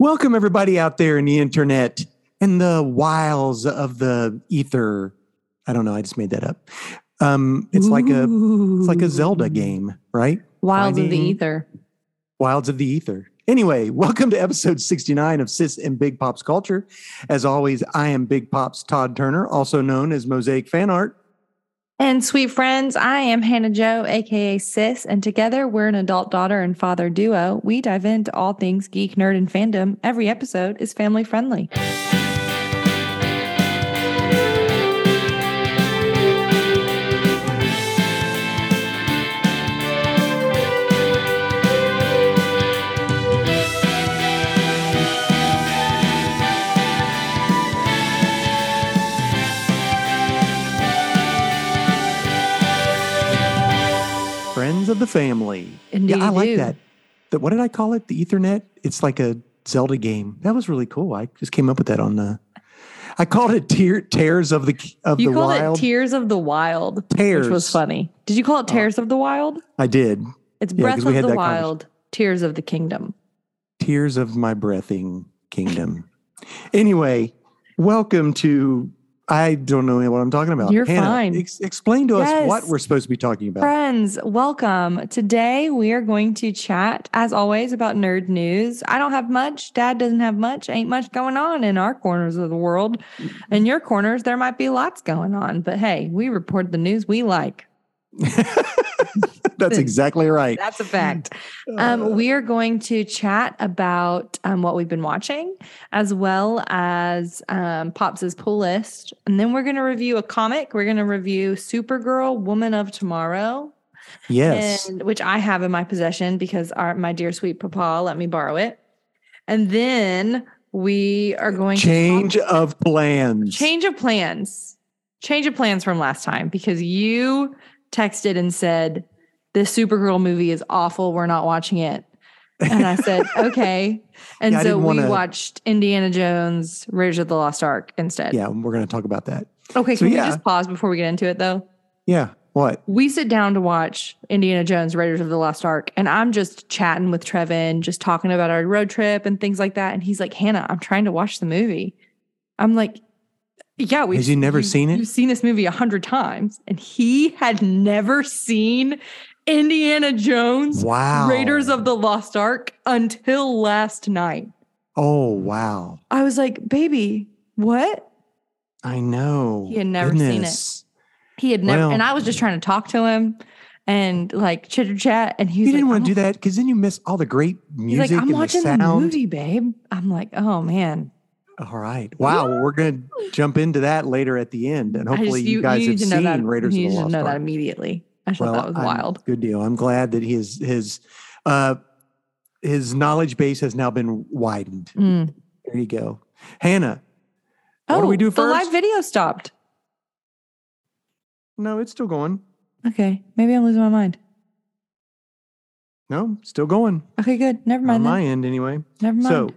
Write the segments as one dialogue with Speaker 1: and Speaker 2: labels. Speaker 1: Welcome, everybody out there in the internet and the wiles of the ether. I don't know. I just made that up. Um, it's like a it's like a Zelda game, right?
Speaker 2: Wilds of the
Speaker 1: Finding-
Speaker 2: ether.
Speaker 1: Wilds of the Ether. Anyway, welcome to episode 69 of Sis and Big Pop's Culture. As always, I am Big Pop's Todd Turner, also known as Mosaic Fan Art.
Speaker 2: And sweet friends, I am Hannah Joe, aka Sis, and together we're an adult daughter and father duo. We dive into all things geek, nerd, and fandom. Every episode is family friendly.
Speaker 1: Friends of the Family.
Speaker 2: Indeed,
Speaker 1: yeah, I like
Speaker 2: do.
Speaker 1: that. That what did I call it? The Ethernet? It's like a Zelda game. That was really cool. I just came up with that on the I called it tear, Tears of the of
Speaker 2: You
Speaker 1: the
Speaker 2: called
Speaker 1: Wild.
Speaker 2: it Tears of the Wild,
Speaker 1: tears.
Speaker 2: which was funny. Did you call it Tears of the Wild?
Speaker 1: I did.
Speaker 2: It's
Speaker 1: Yeah, 'cause
Speaker 2: Breath
Speaker 1: we
Speaker 2: of
Speaker 1: had
Speaker 2: the
Speaker 1: that conversation.
Speaker 2: Wild, Tears of the Kingdom.
Speaker 1: Tears of My Breathing Kingdom. anyway, welcome to. I don't know what I'm talking about.
Speaker 2: You're
Speaker 1: Hannah,
Speaker 2: fine.
Speaker 1: Ex- explain to us what
Speaker 2: Yes.
Speaker 1: we're supposed to be talking about.
Speaker 2: Friends, welcome. Today we are going to chat, as always, about nerd news. I don't have much. Dad doesn't have much. Ain't much going on in our corners of the world. In your corners, there might be lots going on, but hey, we report the news we like.
Speaker 1: That's exactly right.
Speaker 2: That's a fact. Um, we are going to chat about um, what we've been watching, as well as um, Pops' pull list. And then we're going to review a comic. We're going to review Supergirl, Woman of Tomorrow.
Speaker 1: yes.
Speaker 2: and which I have in my possession because our my dear sweet papa let me borrow it. And then we are going
Speaker 1: Change
Speaker 2: to
Speaker 1: of plans.
Speaker 2: change of plans. Change of plans from last time because you texted and said this Supergirl movie is awful. We're not watching it. And I said, okay. And
Speaker 1: Yeah, I
Speaker 2: so
Speaker 1: didn't
Speaker 2: we
Speaker 1: wanna-
Speaker 2: watched Indiana Jones, Raiders of the Lost Ark instead.
Speaker 1: Yeah, we're going to talk about that.
Speaker 2: Okay,
Speaker 1: So,
Speaker 2: can
Speaker 1: yeah.
Speaker 2: we just pause before we get into it though?
Speaker 1: Yeah. What?
Speaker 2: we sit down to watch Indiana Jones Raiders of the Lost Ark and I'm just chatting with Trevin, just talking about our road trip and things like that and he's like, "Hannah, I'm trying to watch the movie." I'm like, "Yeah, we
Speaker 1: Has he never seen it?
Speaker 2: You've seen this movie a hundred times." And he had never seen Indiana Jones
Speaker 1: Wow.
Speaker 2: Raiders of the Lost Ark until last night.
Speaker 1: Oh, wow.
Speaker 2: I was like, "Baby, what?"
Speaker 1: I know.
Speaker 2: He had never seen it.
Speaker 1: Goodness.
Speaker 2: He had never
Speaker 1: Well-
Speaker 2: and I was just trying to talk to him and like chitter chat and he
Speaker 1: You
Speaker 2: was
Speaker 1: didn't
Speaker 2: like,
Speaker 1: want
Speaker 2: "I'm
Speaker 1: to do that because then you miss all the great music
Speaker 2: He's like, I'm
Speaker 1: and
Speaker 2: watching
Speaker 1: the sound.
Speaker 2: the movie, babe. I'm like, oh man.
Speaker 1: All right. Wow. Well, we're going to jump into that later at the end. And
Speaker 2: I
Speaker 1: hopefully
Speaker 2: just-
Speaker 1: you, guys have
Speaker 2: need to know
Speaker 1: seen
Speaker 2: that.
Speaker 1: Raiders
Speaker 2: you
Speaker 1: of
Speaker 2: need
Speaker 1: the
Speaker 2: to
Speaker 1: Lost
Speaker 2: know that
Speaker 1: Ark.
Speaker 2: immediately. I just thought that was
Speaker 1: I'm-
Speaker 2: wild.
Speaker 1: Good deal. I'm glad that his his uh his knowledge base has now been widened.
Speaker 2: Mm.
Speaker 1: There you go. Hannah, what do we do
Speaker 2: Hmm. Oh, The live
Speaker 1: first?
Speaker 2: video stopped.
Speaker 1: no, it's still going.
Speaker 2: Okay. Maybe I'm losing my mind.
Speaker 1: No, still going.
Speaker 2: Okay, good. Never
Speaker 1: On
Speaker 2: mind. then.
Speaker 1: my end anyway.
Speaker 2: Never mind.
Speaker 1: So,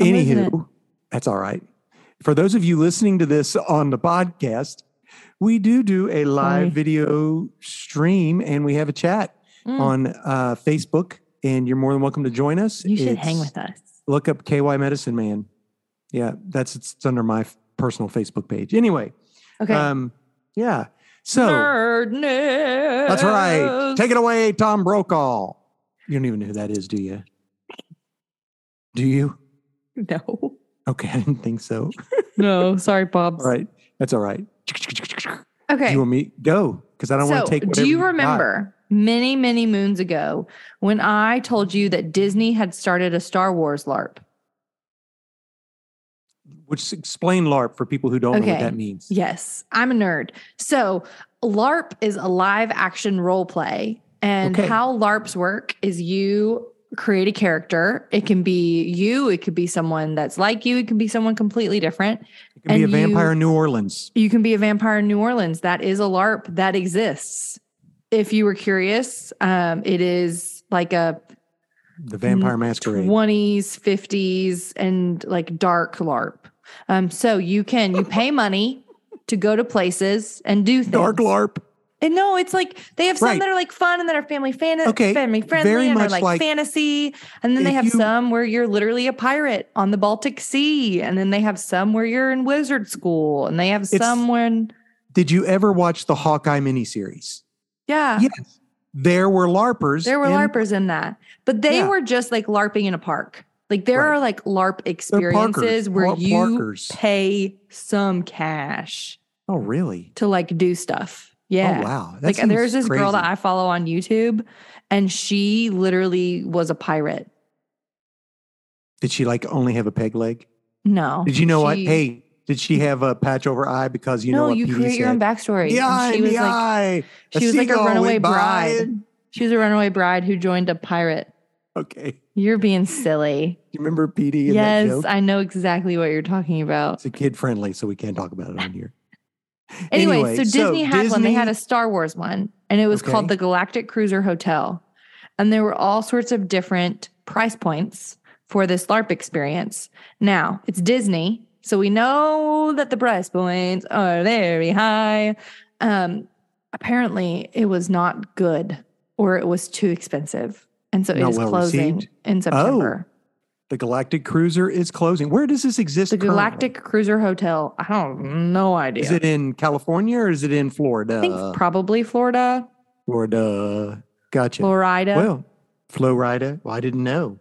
Speaker 2: I'm losing it.
Speaker 1: anywho, that's all right. For those of you listening to this on the podcast, we do do a live
Speaker 2: Sorry.
Speaker 1: video stream and we have a chat
Speaker 2: Mm.
Speaker 1: on uh, Facebook, and you're more than welcome to join us.
Speaker 2: you should hang
Speaker 1: It's-
Speaker 2: with us.
Speaker 1: Look up KY Medicine Man. Yeah, that's it's under my f- personal Facebook page. Anyway,
Speaker 2: Okay.
Speaker 1: um, yeah. So
Speaker 2: Nerd news.
Speaker 1: that's right. Take it away, Tom Brokaw. You don't even know who that is, do you? Do you?
Speaker 2: No.
Speaker 1: Okay, I didn't think so.
Speaker 2: No. Sorry, Bob.
Speaker 1: All right, that's all right.
Speaker 2: Okay.
Speaker 1: You want me go? Because I don't want to take. whatever
Speaker 2: Do you
Speaker 1: got.
Speaker 2: remember many, many moons ago when I told you that Disney had started a Star Wars LARP?
Speaker 1: Which explain LARP for people who don't know what
Speaker 2: Okay.
Speaker 1: that means.
Speaker 2: Yes, I'm a nerd. So LARP is a live action role play. And
Speaker 1: Okay.
Speaker 2: how LARPs work is you create a character. It can be you, it could be someone that's like you, it can be someone completely different.
Speaker 1: It can be a
Speaker 2: and
Speaker 1: vampire
Speaker 2: you-
Speaker 1: in New Orleans.
Speaker 2: You can be a vampire in New Orleans. That is a LARP that exists. If you were curious, um, it is like a
Speaker 1: The Vampire Masquerade.
Speaker 2: 20s, 50s, and like dark LARP. Um, so you can you pay money to go to places and do things.
Speaker 1: Dark LARP.
Speaker 2: And no, it's like they have some
Speaker 1: Right.
Speaker 2: that are like fun and that are family fan-
Speaker 1: Okay,
Speaker 2: family friendly
Speaker 1: very
Speaker 2: and are
Speaker 1: much
Speaker 2: like,
Speaker 1: like-
Speaker 2: fantasy. And then they
Speaker 1: if
Speaker 2: have
Speaker 1: you-
Speaker 2: some where you're literally a pirate on the Baltic Sea. And then they have some where you're in wizard school. And they have
Speaker 1: It's-
Speaker 2: some when
Speaker 1: Did you ever watch the Hawkeye miniseries?
Speaker 2: yeah,
Speaker 1: Yes. There were LARPers.
Speaker 2: Uh, there were
Speaker 1: in-
Speaker 2: LARPers in that. But they
Speaker 1: Yeah.
Speaker 2: were just like LARPing in a park. Like there
Speaker 1: Right.
Speaker 2: are like LARP
Speaker 1: They're parkers,
Speaker 2: experiences where
Speaker 1: Lar-
Speaker 2: you
Speaker 1: Parkers.
Speaker 2: pay some cash
Speaker 1: Oh, really?
Speaker 2: to like do stuff. Yeah.
Speaker 1: Oh, wow. That
Speaker 2: like
Speaker 1: seems
Speaker 2: there's this girl that
Speaker 1: crazy.
Speaker 2: I follow on YouTube, and she literally was a pirate.
Speaker 1: Did she like only have a peg leg?
Speaker 2: No,
Speaker 1: Did you know what?
Speaker 2: Oh, she-
Speaker 1: Hey, did she have a patch over eye because you
Speaker 2: no,
Speaker 1: know what
Speaker 2: you
Speaker 1: PD
Speaker 2: create your own
Speaker 1: said?
Speaker 2: backstory.
Speaker 1: The
Speaker 2: And
Speaker 1: eye,
Speaker 2: she was
Speaker 1: the
Speaker 2: like,
Speaker 1: eye.
Speaker 2: she was like a
Speaker 1: seagull went
Speaker 2: runaway
Speaker 1: by
Speaker 2: bride.
Speaker 1: and-
Speaker 2: She was a runaway bride who joined a pirate.
Speaker 1: Okay.
Speaker 2: You're being silly.
Speaker 1: You remember PD and that
Speaker 2: yes,
Speaker 1: joke?
Speaker 2: I know exactly what you're talking about.
Speaker 1: It's a kid friendly, so we can't talk about it on here.
Speaker 2: Anyway,
Speaker 1: Anyway,
Speaker 2: so
Speaker 1: so
Speaker 2: Disney had one. They had
Speaker 1: Disney-
Speaker 2: a Star Wars one, and it was
Speaker 1: Okay.
Speaker 2: called the Galactic Cruiser Hotel. And there were all sorts of different price points for this LARP experience. Now, it's Disney, so we know that the price points are very high. Um, apparently, it was not good or it was too expensive. And so it
Speaker 1: Not
Speaker 2: is
Speaker 1: well
Speaker 2: closing
Speaker 1: received? Oh,
Speaker 2: in September.
Speaker 1: The Galactic Cruiser is closing. Where does this exist?
Speaker 2: the
Speaker 1: currently?
Speaker 2: Galactic Cruiser Hotel, I don't no idea.
Speaker 1: Is it uh, in California or is it in Florida?
Speaker 2: I think probably Florida,
Speaker 1: Florida. Gotcha.
Speaker 2: Florida.
Speaker 1: Well, Florida. Well, I didn't know.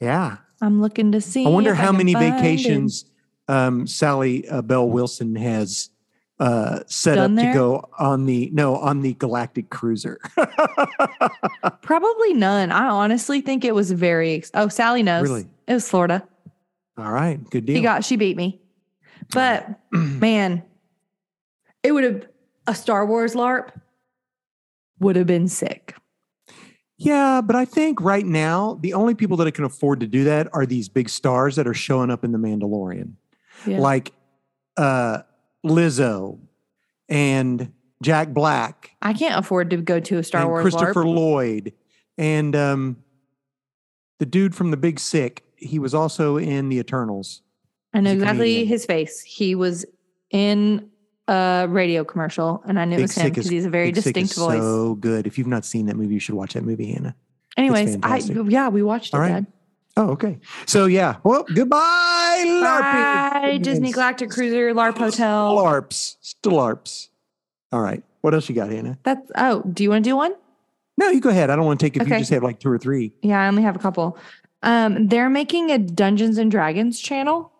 Speaker 1: Yeah.
Speaker 2: I'm looking to see.
Speaker 1: I wonder
Speaker 2: if
Speaker 1: how
Speaker 2: can
Speaker 1: many
Speaker 2: find it.
Speaker 1: vacations um, Sally uh, Bell Wilson has uh, set
Speaker 2: Done
Speaker 1: up
Speaker 2: there?
Speaker 1: to go on the no on the Galactic Cruiser.
Speaker 2: Probably none. I honestly think it was very. Ex- oh, Sally knows.
Speaker 1: Really?
Speaker 2: It was Florida.
Speaker 1: All right, good
Speaker 2: She
Speaker 1: deal.
Speaker 2: got. She beat me. But man, it would have a Star Wars LARP would have been sick.
Speaker 1: yeah, but I think right now the only people that can afford to do that are these big stars that are showing up in The Mandalorian,
Speaker 2: Yeah.
Speaker 1: like uh, Lizzo and Jack Black
Speaker 2: I can't afford to go to a Star
Speaker 1: and
Speaker 2: Wars
Speaker 1: Christopher
Speaker 2: LARP.
Speaker 1: Lloyd and um, the dude from The Big Sick. He was also in The Eternals.
Speaker 2: I know
Speaker 1: he's a
Speaker 2: exactly
Speaker 1: comedian.
Speaker 2: his face. He was in a radio commercial, and I knew it
Speaker 1: Big
Speaker 2: was him
Speaker 1: Sick is-
Speaker 2: because he's a very
Speaker 1: Big Sick
Speaker 2: distinct
Speaker 1: is
Speaker 2: voice.
Speaker 1: So good. If you've not seen that movie, you should watch that movie, Hannah.
Speaker 2: Anyways, I
Speaker 1: fantastic.
Speaker 2: yeah, we watched it.
Speaker 1: All right.
Speaker 2: Dad.
Speaker 1: Oh, okay. So yeah. Well, goodbye, LARPing.
Speaker 2: Bye, Disney
Speaker 1: Yes.
Speaker 2: Galactic Cruiser LARP Hotel.
Speaker 1: LARPs. Still LARPs. All right. What else you got, Hannah?
Speaker 2: That's oh, do you want to do one?
Speaker 1: No, you go ahead. I don't want to take if
Speaker 2: Okay.
Speaker 1: you just have like two or three.
Speaker 2: Yeah, I only have a couple. Um, they're making a Dungeons and Dragons channel.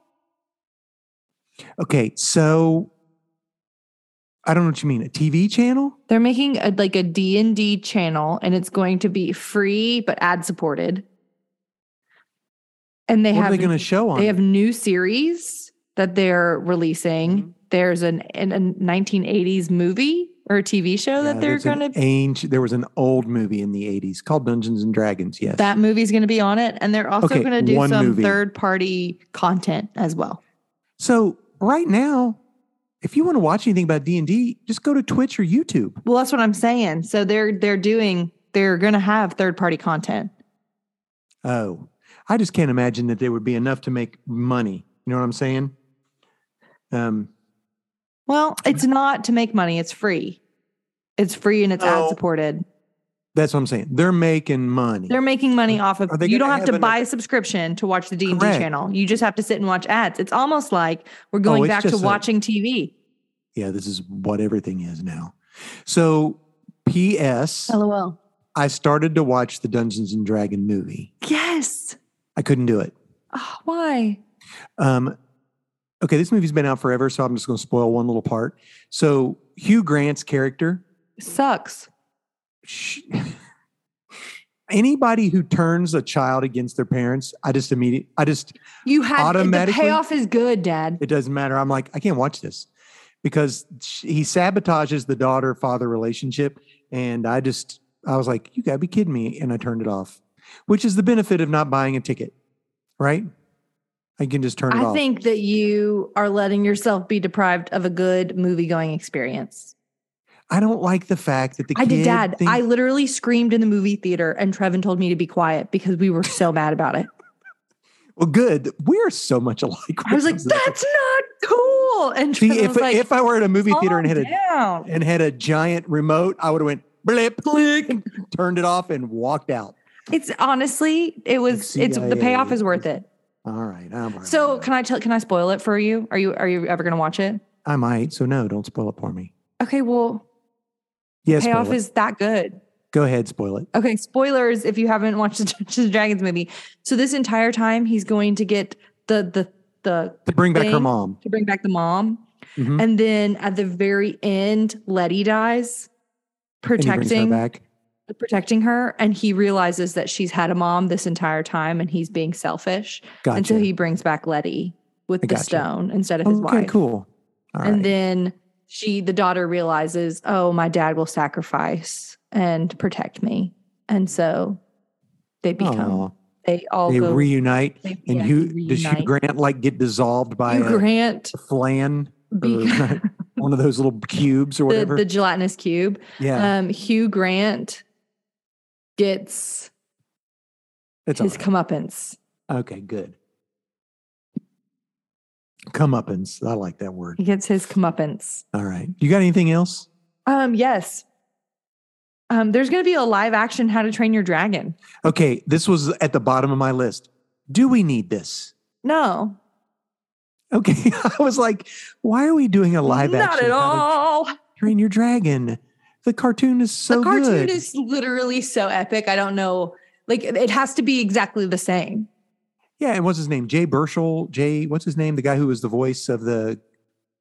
Speaker 1: Okay. So I don't know what you mean. A TV channel?
Speaker 2: They're making a like a D&D channel and it's going to be free but ad supported. And they
Speaker 1: what are
Speaker 2: have
Speaker 1: they going to show on?
Speaker 2: they
Speaker 1: it?
Speaker 2: have new series that they're releasing.
Speaker 1: Mhm.
Speaker 2: There's an, an a 1980s movie or TV show
Speaker 1: Yeah,
Speaker 2: that they're
Speaker 1: there's an
Speaker 2: going to
Speaker 1: ancient- There was an old movie in the '80s called Dungeons and Dragons. Yes.
Speaker 2: that movie's going to be on it and they're also
Speaker 1: Okay,
Speaker 2: going to do
Speaker 1: one
Speaker 2: some
Speaker 1: movie.
Speaker 2: third party content as well.
Speaker 1: so right now, if you want to watch anything about D and D, just go to Twitch or YouTube.
Speaker 2: Well, that's what I'm saying. So they're they're doing they're going to have third party content.
Speaker 1: Oh, I just can't imagine that there would be enough to make money. You know what I'm saying? Um,
Speaker 2: Well, it's not to make money. It's free. It's free and it's
Speaker 1: No.
Speaker 2: ad supported.
Speaker 1: that's what I'm saying. They're making money.
Speaker 2: They're making money off of.
Speaker 1: Are they
Speaker 2: You don't
Speaker 1: gonna
Speaker 2: have,
Speaker 1: have
Speaker 2: to
Speaker 1: an-
Speaker 2: buy a subscription to watch the D and D
Speaker 1: Correct.
Speaker 2: channel. You just have to sit and watch ads. It's almost like we're going
Speaker 1: Oh, it's
Speaker 2: back to
Speaker 1: just a-
Speaker 2: watching TV.
Speaker 1: yeah, this is what everything is now. So, P.S.
Speaker 2: LOL.
Speaker 1: I started to watch the Dungeons and Dragon movie.
Speaker 2: Yes.
Speaker 1: I couldn't do it.
Speaker 2: Oh, why?
Speaker 1: Um, okay, this movie's been out forever, so I'm just going to spoil one little part. So, Hugh Grant's character,
Speaker 2: Sucks.
Speaker 1: sh- anybody who turns a child against their parents, I just immediately, I just
Speaker 2: You had the
Speaker 1: Automatically-
Speaker 2: payoff is good, Dad.
Speaker 1: it doesn't matter. I'm like, I can't watch this because sh- he sabotages the daughter father relationship. And I just, I was like, you gotta be kidding me. And I turned it off, which is the benefit of not buying a ticket, right? I can just turn it
Speaker 2: I
Speaker 1: off.
Speaker 2: think that you are letting yourself be deprived of a good movie going experience.
Speaker 1: I don't like the fact that the
Speaker 2: I
Speaker 1: kid
Speaker 2: did, Dad.
Speaker 1: thinks-
Speaker 2: I literally screamed in the movie theater, and Trevin told me to be quiet because we were so mad about it.
Speaker 1: well, good. We're so much alike.
Speaker 2: I was like,
Speaker 1: That's
Speaker 2: "That's not cool." cool. And
Speaker 1: See,
Speaker 2: Tristan
Speaker 1: if
Speaker 2: was like, "Oh,
Speaker 1: if I were at a movie theater and
Speaker 2: "Calm
Speaker 1: had a
Speaker 2: down.
Speaker 1: and had a giant remote, I would have went blip, click, turned it off, and walked out.
Speaker 2: It's honestly, it was. It's the payoff
Speaker 1: CIA.
Speaker 2: is worth it.
Speaker 1: All right, I'm all right.
Speaker 2: So can I tell? Can I spoil it for you? Are you are you ever gonna watch it?
Speaker 1: I might. So no, don't spoil it for me.
Speaker 2: Okay, well,
Speaker 1: Yes,
Speaker 2: payoff
Speaker 1: spoil it.
Speaker 2: is that good.
Speaker 1: Go ahead, spoil it.
Speaker 2: Okay, spoilers if you haven't watched the Dungeons and Dragons movie. So this entire time he's going to get the the the
Speaker 1: To bring back her
Speaker 2: Thing.
Speaker 1: mom.
Speaker 2: to bring back the mom,
Speaker 1: Mhm.
Speaker 2: and then at the very end, Letty dies,
Speaker 1: And he brings her
Speaker 2: protecting
Speaker 1: back.
Speaker 2: protecting her, and he realizes that she's had a mom this entire time, and he's being selfish,
Speaker 1: Gotcha.
Speaker 2: and so he brings back Letty with
Speaker 1: I
Speaker 2: the
Speaker 1: gotcha.
Speaker 2: stone instead of his
Speaker 1: okay,
Speaker 2: wife.
Speaker 1: cool. All right.
Speaker 2: and then she the daughter realizes oh my dad will sacrifice and protect me and so they become
Speaker 1: Aw,
Speaker 2: they all
Speaker 1: they
Speaker 2: go
Speaker 1: reunite.
Speaker 2: they-
Speaker 1: And
Speaker 2: yeah,
Speaker 1: Hugh
Speaker 2: they
Speaker 1: does Hugh
Speaker 2: reunite.
Speaker 1: Grant like get dissolved by
Speaker 2: Hugh
Speaker 1: a
Speaker 2: grant
Speaker 1: flan
Speaker 2: be-
Speaker 1: or one of those little cubes or
Speaker 2: the,
Speaker 1: whatever?
Speaker 2: the gelatinous cube
Speaker 1: yeah,
Speaker 2: um hugh grant gets
Speaker 1: it's all
Speaker 2: his
Speaker 1: right.
Speaker 2: comeuppance
Speaker 1: okay. Good. Comeuppance. I like that word.
Speaker 2: he gets his comeuppance
Speaker 1: All right. You got anything else?
Speaker 2: um yes um there's gonna be a live action how to train your dragon
Speaker 1: Okay, this was at the bottom of my list. Do we need this?
Speaker 2: no
Speaker 1: Okay, I was like, why are we doing a live
Speaker 2: not
Speaker 1: action?
Speaker 2: at
Speaker 1: How to
Speaker 2: all
Speaker 1: Train Your Dragon. The cartoon is so
Speaker 2: the cartoon
Speaker 1: good.
Speaker 2: is literally so epic. I don't know. Like it has to be exactly the same.
Speaker 1: yeah, and what's his name? Jay Burchell. Jay, what's his name? The guy who was the voice of the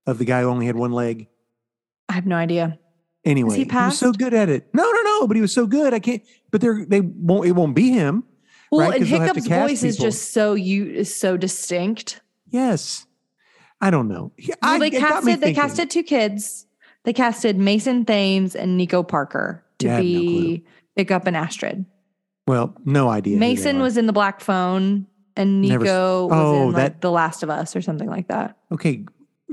Speaker 1: of the guy who only had one leg.
Speaker 2: I have no idea.
Speaker 1: Anyway, was so
Speaker 2: passed?
Speaker 1: good at it. No, no, no. But he was so good. I can't. But they're they won't. It won't be him.
Speaker 2: Well,
Speaker 1: Right,
Speaker 2: and
Speaker 1: 'cause they'll have to
Speaker 2: Hiccup's
Speaker 1: cast
Speaker 2: voice is
Speaker 1: people.
Speaker 2: just so you is so distinct.
Speaker 1: Yes. I don't know. He-
Speaker 2: Well,
Speaker 1: I,
Speaker 2: they
Speaker 1: it got me
Speaker 2: casted they
Speaker 1: thinking.
Speaker 2: casted two kids. They casted Mason Thames and Nico Parker to
Speaker 1: Yeah, I have no
Speaker 2: be Hiccup and Astrid.
Speaker 1: Well, no idea. who they
Speaker 2: Mason
Speaker 1: are.
Speaker 2: was in the Black Phone and
Speaker 1: Never
Speaker 2: Nico
Speaker 1: s-
Speaker 2: was
Speaker 1: Oh,
Speaker 2: in like
Speaker 1: that-
Speaker 2: The Last of Us or something like that.
Speaker 1: okay, g-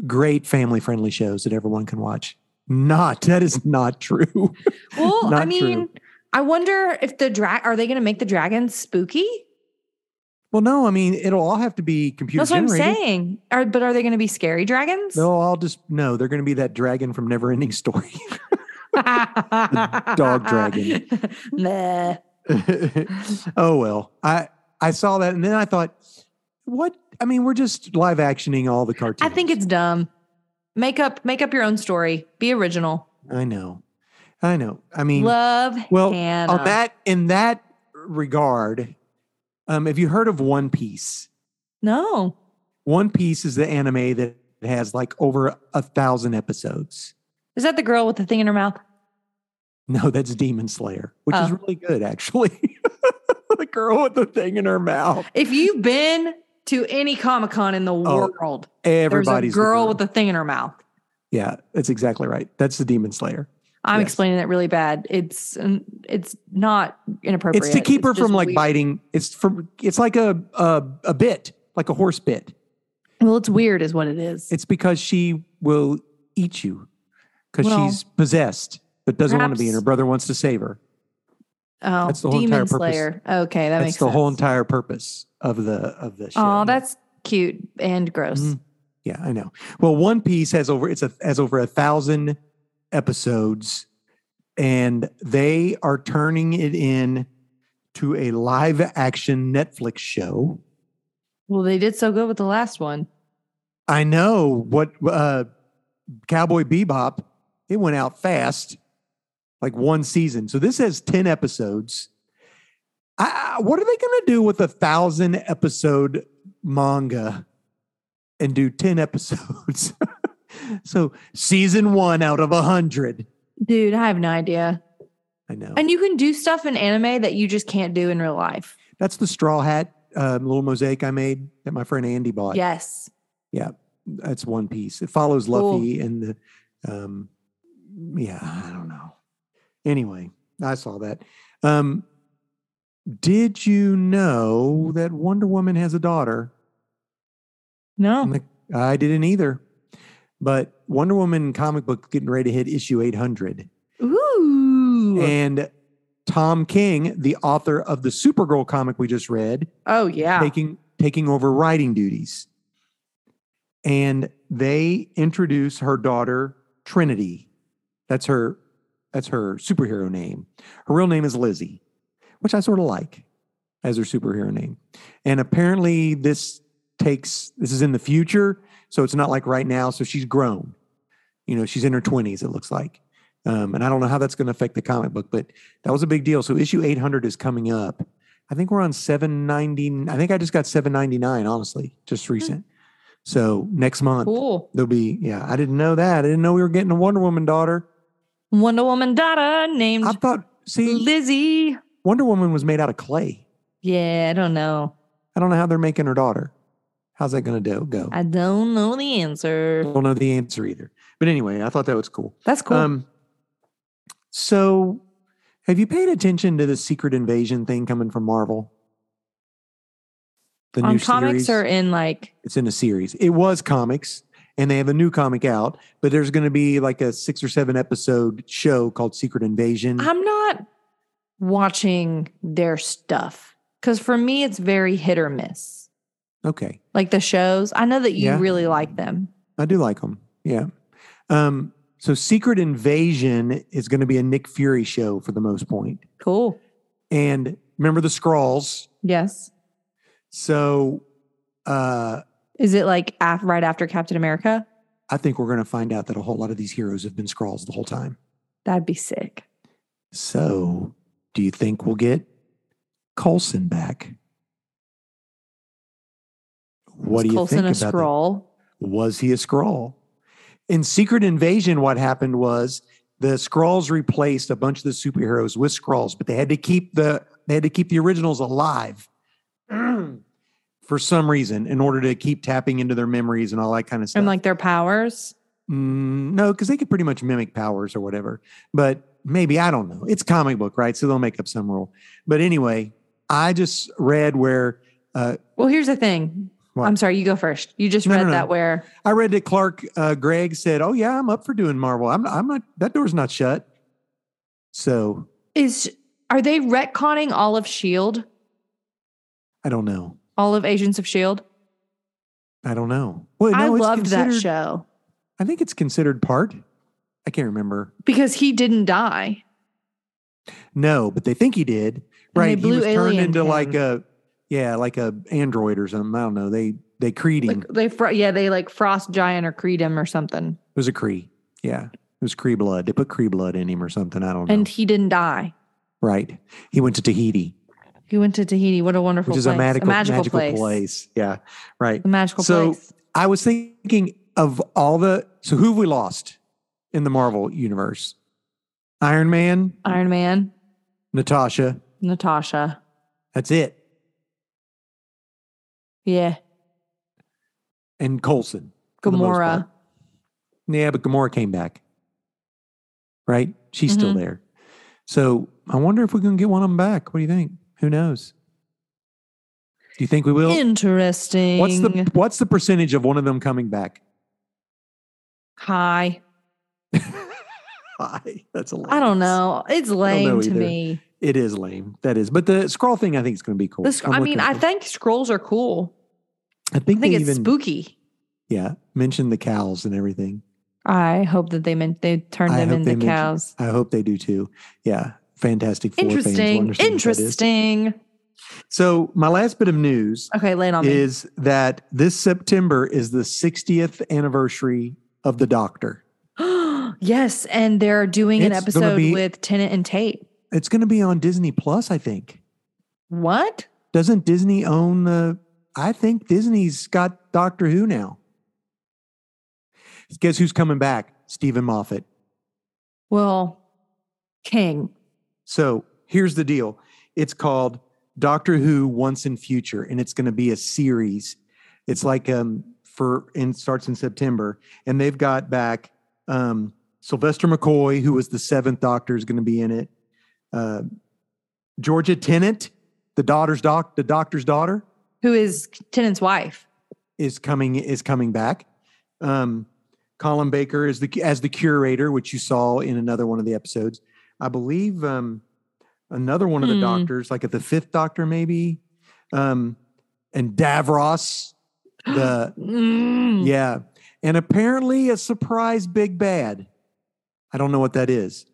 Speaker 1: great family friendly shows that everyone can watch. Not that is not true.
Speaker 2: Well, I
Speaker 1: Not true.
Speaker 2: mean, I wonder if the drag are they going to make the dragons spooky?
Speaker 1: well, no, I mean it'll all have to be computer
Speaker 2: That's what I'm
Speaker 1: generated.
Speaker 2: saying. Are, but are they going to be scary dragons?
Speaker 1: They'll all just no. They're going to be that dragon from Never Ending Story, dog
Speaker 2: dog
Speaker 1: dragon.
Speaker 2: Meh.
Speaker 1: oh well i i saw that and then i thought what i mean we're just live actioning all the cartoons
Speaker 2: I think it's dumb. Make up, make up your own story. Be original.
Speaker 1: i know i know i mean
Speaker 2: Love
Speaker 1: well,
Speaker 2: Hannah.
Speaker 1: on that in that regard um have you heard of one piece
Speaker 2: no.
Speaker 1: one piece is the anime that has like over a thousand episodes
Speaker 2: Is that the girl with the thing in her mouth?
Speaker 1: no that's demon slayer which is
Speaker 2: Oh.
Speaker 1: really good actually the girl with the thing in her mouth
Speaker 2: If you've been to any Comic Con in the
Speaker 1: Oh,
Speaker 2: world,
Speaker 1: everybody's
Speaker 2: there's a girl with a thing in her mouth.
Speaker 1: yeah that's exactly right that's the demon slayer
Speaker 2: I'm
Speaker 1: Yes.
Speaker 2: explaining that really bad. It's it's not inappropriate.
Speaker 1: It's to keep her
Speaker 2: It's
Speaker 1: from
Speaker 2: just
Speaker 1: like
Speaker 2: weird.
Speaker 1: biting. It's from it's like a, a a bit, like a horse bit.
Speaker 2: Well, it's weird, is what it is.
Speaker 1: It's because she will eat you because
Speaker 2: Well,
Speaker 1: she's possessed, but doesn't want to be, and her
Speaker 2: perhaps-
Speaker 1: brother wants to save her.
Speaker 2: Oh,
Speaker 1: That's the whole entire
Speaker 2: Demon
Speaker 1: purpose.
Speaker 2: Slayer. Okay, that
Speaker 1: That's
Speaker 2: makes
Speaker 1: the
Speaker 2: sense.
Speaker 1: whole entire purpose of the of the show.
Speaker 2: Oh, that's cute and gross.
Speaker 1: Mhm. yeah, I know. Well, One Piece has over it's a has over a thousand episodes, and they are turning it in to a live action Netflix show.
Speaker 2: Well, they did so good with the last one.
Speaker 1: I know what uh, Cowboy Bebop. It went out fast, like one season. So this has ten episodes. I, I- what are they going to do with a thousand episode manga and do ten episodes? so season one out of a hundred.
Speaker 2: Dude, I have no idea.
Speaker 1: I know
Speaker 2: And you can do stuff in anime that you just can't do in real life.
Speaker 1: that's the straw hat um, little mosaic I made that my friend Andy bought.
Speaker 2: Yes.
Speaker 1: that's one piece. It follows
Speaker 2: Cool.
Speaker 1: Luffy and the, um, yeah, I don't know. Anyway, I saw that. Um, did you know that Wonder Woman has a daughter?
Speaker 2: No.
Speaker 1: I didn't either, but Wonder Woman comic book getting ready to hit issue 800.
Speaker 2: Ooh.
Speaker 1: Mm-hmm. And Tom King, the author of the Supergirl comic we just read,
Speaker 2: oh yeah.
Speaker 1: taking taking over writing duties. and they introduce her daughter Trinity. That's her. That's her superhero name. Her real name is Lizzie, which I sort of like as her superhero name. And apparently, this takes this is in the future, so it's not like right now. So she's grown. You know, she's in her twenties. It looks like. Um, and I don't know how that's going to affect the comic book, but that was a big deal. So issue 800 is coming up. I think we're on 790. I think I just got 799, honestly, just recent. So next month,
Speaker 2: Cool.
Speaker 1: there'll be, yeah, I didn't know that. I didn't know we were getting a Wonder Woman daughter.
Speaker 2: Wonder Woman daughter named
Speaker 1: I thought, see,
Speaker 2: Lizzie.
Speaker 1: Wonder Woman was made out of clay.
Speaker 2: Yeah, I don't know.
Speaker 1: I don't know how they're making her daughter. How's that going to do? Go. I
Speaker 2: I don't know the answer.
Speaker 1: don't know the answer either. But anyway, I thought that was cool.
Speaker 2: That's cool.
Speaker 1: Um, so, have you paid attention to the secret invasion thing coming from Marvel? The
Speaker 2: On comics
Speaker 1: series?
Speaker 2: or in like,
Speaker 1: it's in a series. It was comics, and they have a new comic out, but there's going to be like a six or seven episode show called Secret Invasion.
Speaker 2: I'm not watching their stuff because for me, it's very hit or miss.
Speaker 1: okay,
Speaker 2: Like the shows, I know that you
Speaker 1: Yeah.
Speaker 2: really like them.
Speaker 1: I do like them. Yeah. Um, so Secret Invasion is going to be a Nick Fury show for the most point.
Speaker 2: Cool.
Speaker 1: And remember the Skrulls.
Speaker 2: Yes.
Speaker 1: So uh,
Speaker 2: Is it like af- right after Captain America?
Speaker 1: I think we're going to find out that a whole lot of these heroes have been Skrulls the whole time.
Speaker 2: That'd be sick.
Speaker 1: So, do you think we'll get Colson back? What
Speaker 2: Is
Speaker 1: do you
Speaker 2: Coulson
Speaker 1: think
Speaker 2: a
Speaker 1: about that?
Speaker 2: scroll?
Speaker 1: Was he a scroll? In Secret Invasion, what happened was the Skrulls replaced a bunch of the superheroes with Skrulls, but they had to keep the they had to keep the originals alive for some reason in order to keep tapping into their memories and all that kind of stuff.
Speaker 2: And like their powers?
Speaker 1: Mm, no, because they could pretty much mimic powers or whatever. But maybe I don't know. It's comic book, right? So they'll make up some rule. But anyway, I just read where
Speaker 2: Well, here's the thing.
Speaker 1: What?
Speaker 2: I'm sorry, you go first. You just
Speaker 1: No,
Speaker 2: read
Speaker 1: no, no.
Speaker 2: that where
Speaker 1: I read that Clark uh, Gregg said, "Oh yeah, I'm up for doing Marvel. I'm I'm not. That door's not shut." So
Speaker 2: is are they retconning all of Shield?
Speaker 1: I don't know.
Speaker 2: E All of Agents of Shield?
Speaker 1: I don't know. Well,
Speaker 2: E I
Speaker 1: no, it's
Speaker 2: loved that
Speaker 1: considered-
Speaker 2: show
Speaker 1: I think it's considered part. I can't remember.
Speaker 2: because he didn't die.
Speaker 1: No, but they think he did.
Speaker 2: they
Speaker 1: Right?
Speaker 2: blue
Speaker 1: he was turned
Speaker 2: aliened
Speaker 1: into like
Speaker 2: him.
Speaker 1: a yeah, like a android or something. I don't know. They they creed him.
Speaker 2: Like they fro- yeah, they like Frost Giant or Creed him or something.
Speaker 1: It was a Cree. Yeah. It was Cree blood. They put Cree blood in him or something. I don't know.
Speaker 2: And he didn't die.
Speaker 1: right. He went to Tahiti,
Speaker 2: He went to Tahiti. What a wonderful
Speaker 1: which is
Speaker 2: place.
Speaker 1: a magical,
Speaker 2: magical,
Speaker 1: magical
Speaker 2: place.
Speaker 1: place. Yeah. Right.
Speaker 2: A magical
Speaker 1: So-
Speaker 2: place.
Speaker 1: I was thinking of all the. So who have we lost in the Marvel universe? Iron Man,
Speaker 2: Iron Man,
Speaker 1: Natasha.
Speaker 2: Natasha.
Speaker 1: That's it.
Speaker 2: Yeah.
Speaker 1: And Colson. for the most part.
Speaker 2: Gamora.
Speaker 1: Yeah, but Gamora came back. Right? She's still
Speaker 2: Mhm.
Speaker 1: there. So I wonder if we're going to get one of them back. What do you think? Who knows? Do you think we will?
Speaker 2: Interesting.
Speaker 1: What's the what's the percentage of one of them coming back?
Speaker 2: high?
Speaker 1: Hi, that's a lot.
Speaker 2: I don't know. It's lame to
Speaker 1: either.
Speaker 2: me.
Speaker 1: It is lame. That is, but the scroll thing I think is going to be cool.
Speaker 2: The sc-
Speaker 1: Oh, I'm
Speaker 2: I mean,
Speaker 1: looking
Speaker 2: I
Speaker 1: for-
Speaker 2: think scrolls are cool.
Speaker 1: I
Speaker 2: I
Speaker 1: think,
Speaker 2: think
Speaker 1: they
Speaker 2: it's
Speaker 1: even
Speaker 2: spooky.
Speaker 1: yeah mentioned the cows and everything.
Speaker 2: I hope that they meant they turned
Speaker 1: I
Speaker 2: them
Speaker 1: hope they
Speaker 2: into
Speaker 1: mention-
Speaker 2: cows.
Speaker 1: I hope they do too. Yeah, Fantastic Four fans will
Speaker 2: Interesting.
Speaker 1: understand what that is.
Speaker 2: Interesting.
Speaker 1: So my last bit of news
Speaker 2: Okay, lay it on me.
Speaker 1: is that this September is the 60th anniversary of the Doctor.
Speaker 2: yes, and they're doing an
Speaker 1: It's gonna
Speaker 2: episode
Speaker 1: be-
Speaker 2: with Tennant and Tate.
Speaker 1: It's going to be on Disney Plus, I think.
Speaker 2: What?
Speaker 1: Doesn't Disney own the? I think Disney's got Doctor Who now. Guess who's coming back? Stephen Moffat.
Speaker 2: Well, King.
Speaker 1: So here's the deal it's called Doctor Who Once in Future, and it's going to be a series. It's like um, for and starts in September, and they've got back um, Sylvester McCoy, who was the seventh Doctor, is going to be in it. Uh, Georgia Tennant, the daughter's doc, the Doctor's daughter.
Speaker 2: Who is Tennant's wife?
Speaker 1: is coming is coming back. Um, Colin Baker is the as the curator, which you saw in another one of the episodes. I believe um, another one of the
Speaker 2: Hmm.
Speaker 1: doctors, like at the fifth doctor, maybe. Um, and Davros The
Speaker 2: Mm.
Speaker 1: yeah, and apparently a surprise big bad. I don't know what that is.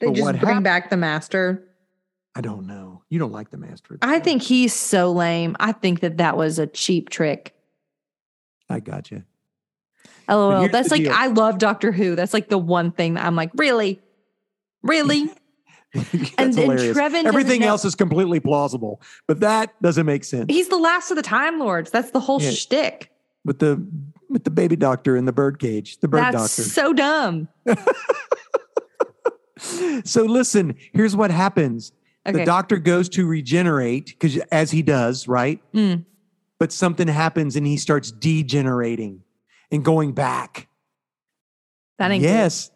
Speaker 2: They
Speaker 1: But
Speaker 2: just
Speaker 1: what
Speaker 2: bring
Speaker 1: hap-
Speaker 2: back the master.
Speaker 1: I don't know. You don't like the master.
Speaker 2: I think he's so lame. I think that that was a cheap trick.
Speaker 1: I got you.
Speaker 2: LOL.
Speaker 1: here's
Speaker 2: That's
Speaker 1: the
Speaker 2: like
Speaker 1: deal.
Speaker 2: I love Doctor Who. That's like the one thing that I'm like, really, really.
Speaker 1: That's
Speaker 2: and then
Speaker 1: hilarious.
Speaker 2: Trevin. doesn't
Speaker 1: Everything
Speaker 2: know-
Speaker 1: else is completely plausible, but that doesn't make sense.
Speaker 2: He's the last of the Time Lords. That's the whole
Speaker 1: Yeah.
Speaker 2: shtick.
Speaker 1: With the with the baby doctor and the bird cage, the bird
Speaker 2: That's
Speaker 1: doctor.
Speaker 2: so dumb.
Speaker 1: So listen, here's what happens.
Speaker 2: Okay.
Speaker 1: The doctor goes to regenerate because as he does, right?
Speaker 2: Mm.
Speaker 1: But something happens and he starts degenerating and going back.
Speaker 2: that ain't cool.
Speaker 1: yes.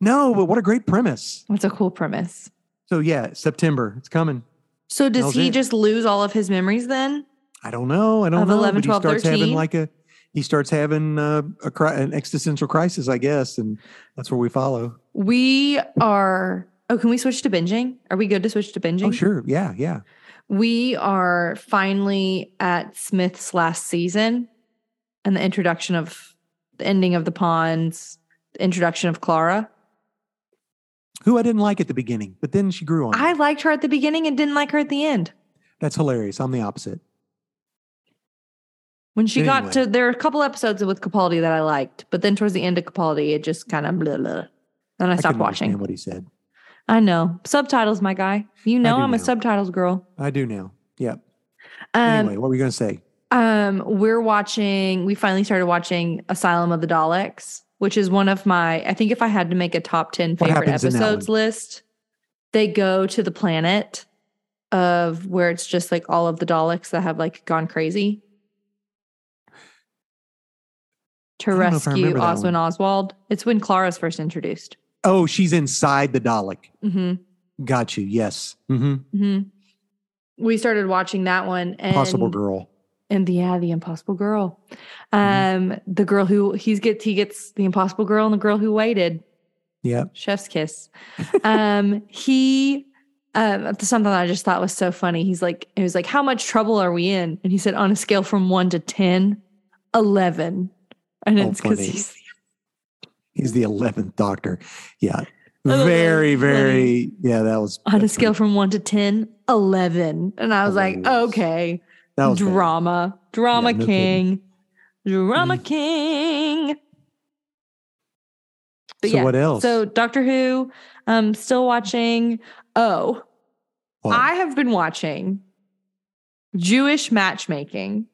Speaker 1: No, but what a great premise.
Speaker 2: That's a cool premise.
Speaker 1: So yeah, September, it's coming.
Speaker 2: So does
Speaker 1: Hell's
Speaker 2: he
Speaker 1: in.
Speaker 2: just lose all of his memories then?
Speaker 1: I don't know. I don't
Speaker 2: Of
Speaker 1: know.
Speaker 2: 11,
Speaker 1: but
Speaker 2: 12,
Speaker 1: he starts having
Speaker 2: 13?
Speaker 1: like a he starts having uh, a cri- an existential crisis, I guess, and that's where we follow. Oh,
Speaker 2: We are. Oh, can we switch to binging? Are we good to switch to binging?
Speaker 1: Oh, sure. Yeah, yeah.
Speaker 2: We are finally at Smith's last season and the introduction of the ending of the ponds, the introduction of Clara.
Speaker 1: Who I didn't like at the beginning, but then she grew on.
Speaker 2: I
Speaker 1: me.
Speaker 2: liked her at the beginning and didn't like her at the end.
Speaker 1: That's hilarious. I'm the opposite.
Speaker 2: When she got
Speaker 1: Anyway.
Speaker 2: to, there are a couple episodes with Capaldi that I liked, but then towards the end of Capaldi, it just kind of blah, blah. Then I stopped
Speaker 1: couldn't
Speaker 2: watching.
Speaker 1: understand What he said.
Speaker 2: I know. Subtitles, my guy. You know
Speaker 1: do
Speaker 2: I'm a
Speaker 1: now.
Speaker 2: subtitles girl.
Speaker 1: I do now. Yep.
Speaker 2: Um,
Speaker 1: anyway, what were you going to say?
Speaker 2: Um, we're watching. We finally started watching Asylum of the Daleks, which is one of my. I think if I had to make a top ten
Speaker 1: What
Speaker 2: favorite
Speaker 1: happens in that
Speaker 2: episodes list, they go to the planet of where it's just like all of the Daleks that have like gone crazy to
Speaker 1: I don't know if I
Speaker 2: rescue
Speaker 1: remember that
Speaker 2: Oswin Oswald. It's when Clara's first introduced.
Speaker 1: Oh, she's inside the Dalek.
Speaker 2: hmm
Speaker 1: Got you. Yes. hmm
Speaker 2: hmm We started watching that one. And
Speaker 1: Possible girl.
Speaker 2: and the yeah, the impossible girl. Um,
Speaker 1: Mhm.
Speaker 2: the girl who he's gets he gets the impossible girl and the girl who waited.
Speaker 1: Yep.
Speaker 2: Chef's kiss. um, he um that's something I just thought was so funny. He's like, he was like, How much trouble are we in? And he said, on a scale from one to 10, 11. And
Speaker 1: Oh,
Speaker 2: it's because
Speaker 1: funny.
Speaker 2: he's
Speaker 1: He's the 11th Doctor. Yeah.
Speaker 2: Oh, that
Speaker 1: Very,
Speaker 2: was funny.
Speaker 1: very. Yeah, that was.
Speaker 2: on a
Speaker 1: that's
Speaker 2: scale
Speaker 1: pretty-
Speaker 2: from one to 10, 11. And I was like,
Speaker 1: Hilarious.
Speaker 2: okay,
Speaker 1: that was bad.
Speaker 2: drama, drama
Speaker 1: Yeah, no
Speaker 2: king,
Speaker 1: kidding. Mm-hmm.
Speaker 2: drama king. But
Speaker 1: So
Speaker 2: yeah,
Speaker 1: what else?
Speaker 2: So Doctor Who, um, still watching. Oh,
Speaker 1: What?
Speaker 2: I have been watching Jewish matchmaking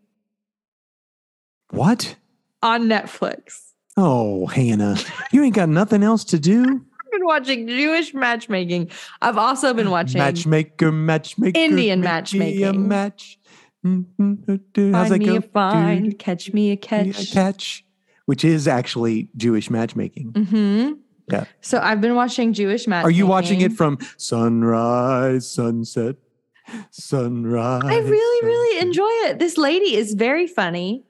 Speaker 1: what?
Speaker 2: on Netflix.
Speaker 1: Oh, Hannah, you ain't got nothing else to do?
Speaker 2: I've been watching Jewish matchmaking. I've also been watching.
Speaker 1: Matchmaker, matchmaker.
Speaker 2: Indian
Speaker 1: make me A
Speaker 2: matchmaking.
Speaker 1: match. Mm-hmm. How's
Speaker 2: Find
Speaker 1: that
Speaker 2: me
Speaker 1: go?
Speaker 2: a find,
Speaker 1: Do,
Speaker 2: catch me a
Speaker 1: do, do,
Speaker 2: catch.
Speaker 1: catch, which is actually Jewish matchmaking.
Speaker 2: hmm
Speaker 1: Yeah.
Speaker 2: So I've been watching Jewish matchmaking.
Speaker 1: Are you watching it from sunrise, sunset, sunrise?
Speaker 2: I really, really
Speaker 1: sunset?
Speaker 2: enjoy it. This lady is very funny.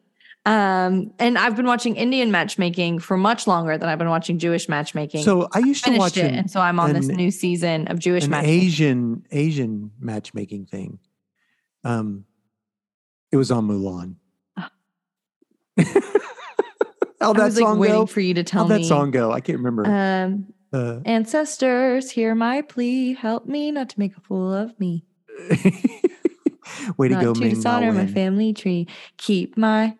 Speaker 2: Um, and I've been watching Indian matchmaking for much longer than I've been watching Jewish matchmaking.
Speaker 1: So I used to
Speaker 2: finished
Speaker 1: watch
Speaker 2: it,
Speaker 1: an,
Speaker 2: and so I'm on this
Speaker 1: an-
Speaker 2: new season of Jewish
Speaker 1: an
Speaker 2: matchmaking.
Speaker 1: Asian Asian matchmaking thing. Um, it was on Mulan. How
Speaker 2: Ah. I
Speaker 1: that
Speaker 2: was like
Speaker 1: song
Speaker 2: waiting
Speaker 1: go?
Speaker 2: for you to tell
Speaker 1: How'd that
Speaker 2: me.
Speaker 1: song go? I can't remember.
Speaker 2: Um,
Speaker 1: Uh,
Speaker 2: ancestors, hear my plea. Help me not to make a fool of me.
Speaker 1: way to
Speaker 2: not
Speaker 1: go,
Speaker 2: to
Speaker 1: Ming-Na
Speaker 2: dishonor my
Speaker 1: Wen.
Speaker 2: family tree. Keep my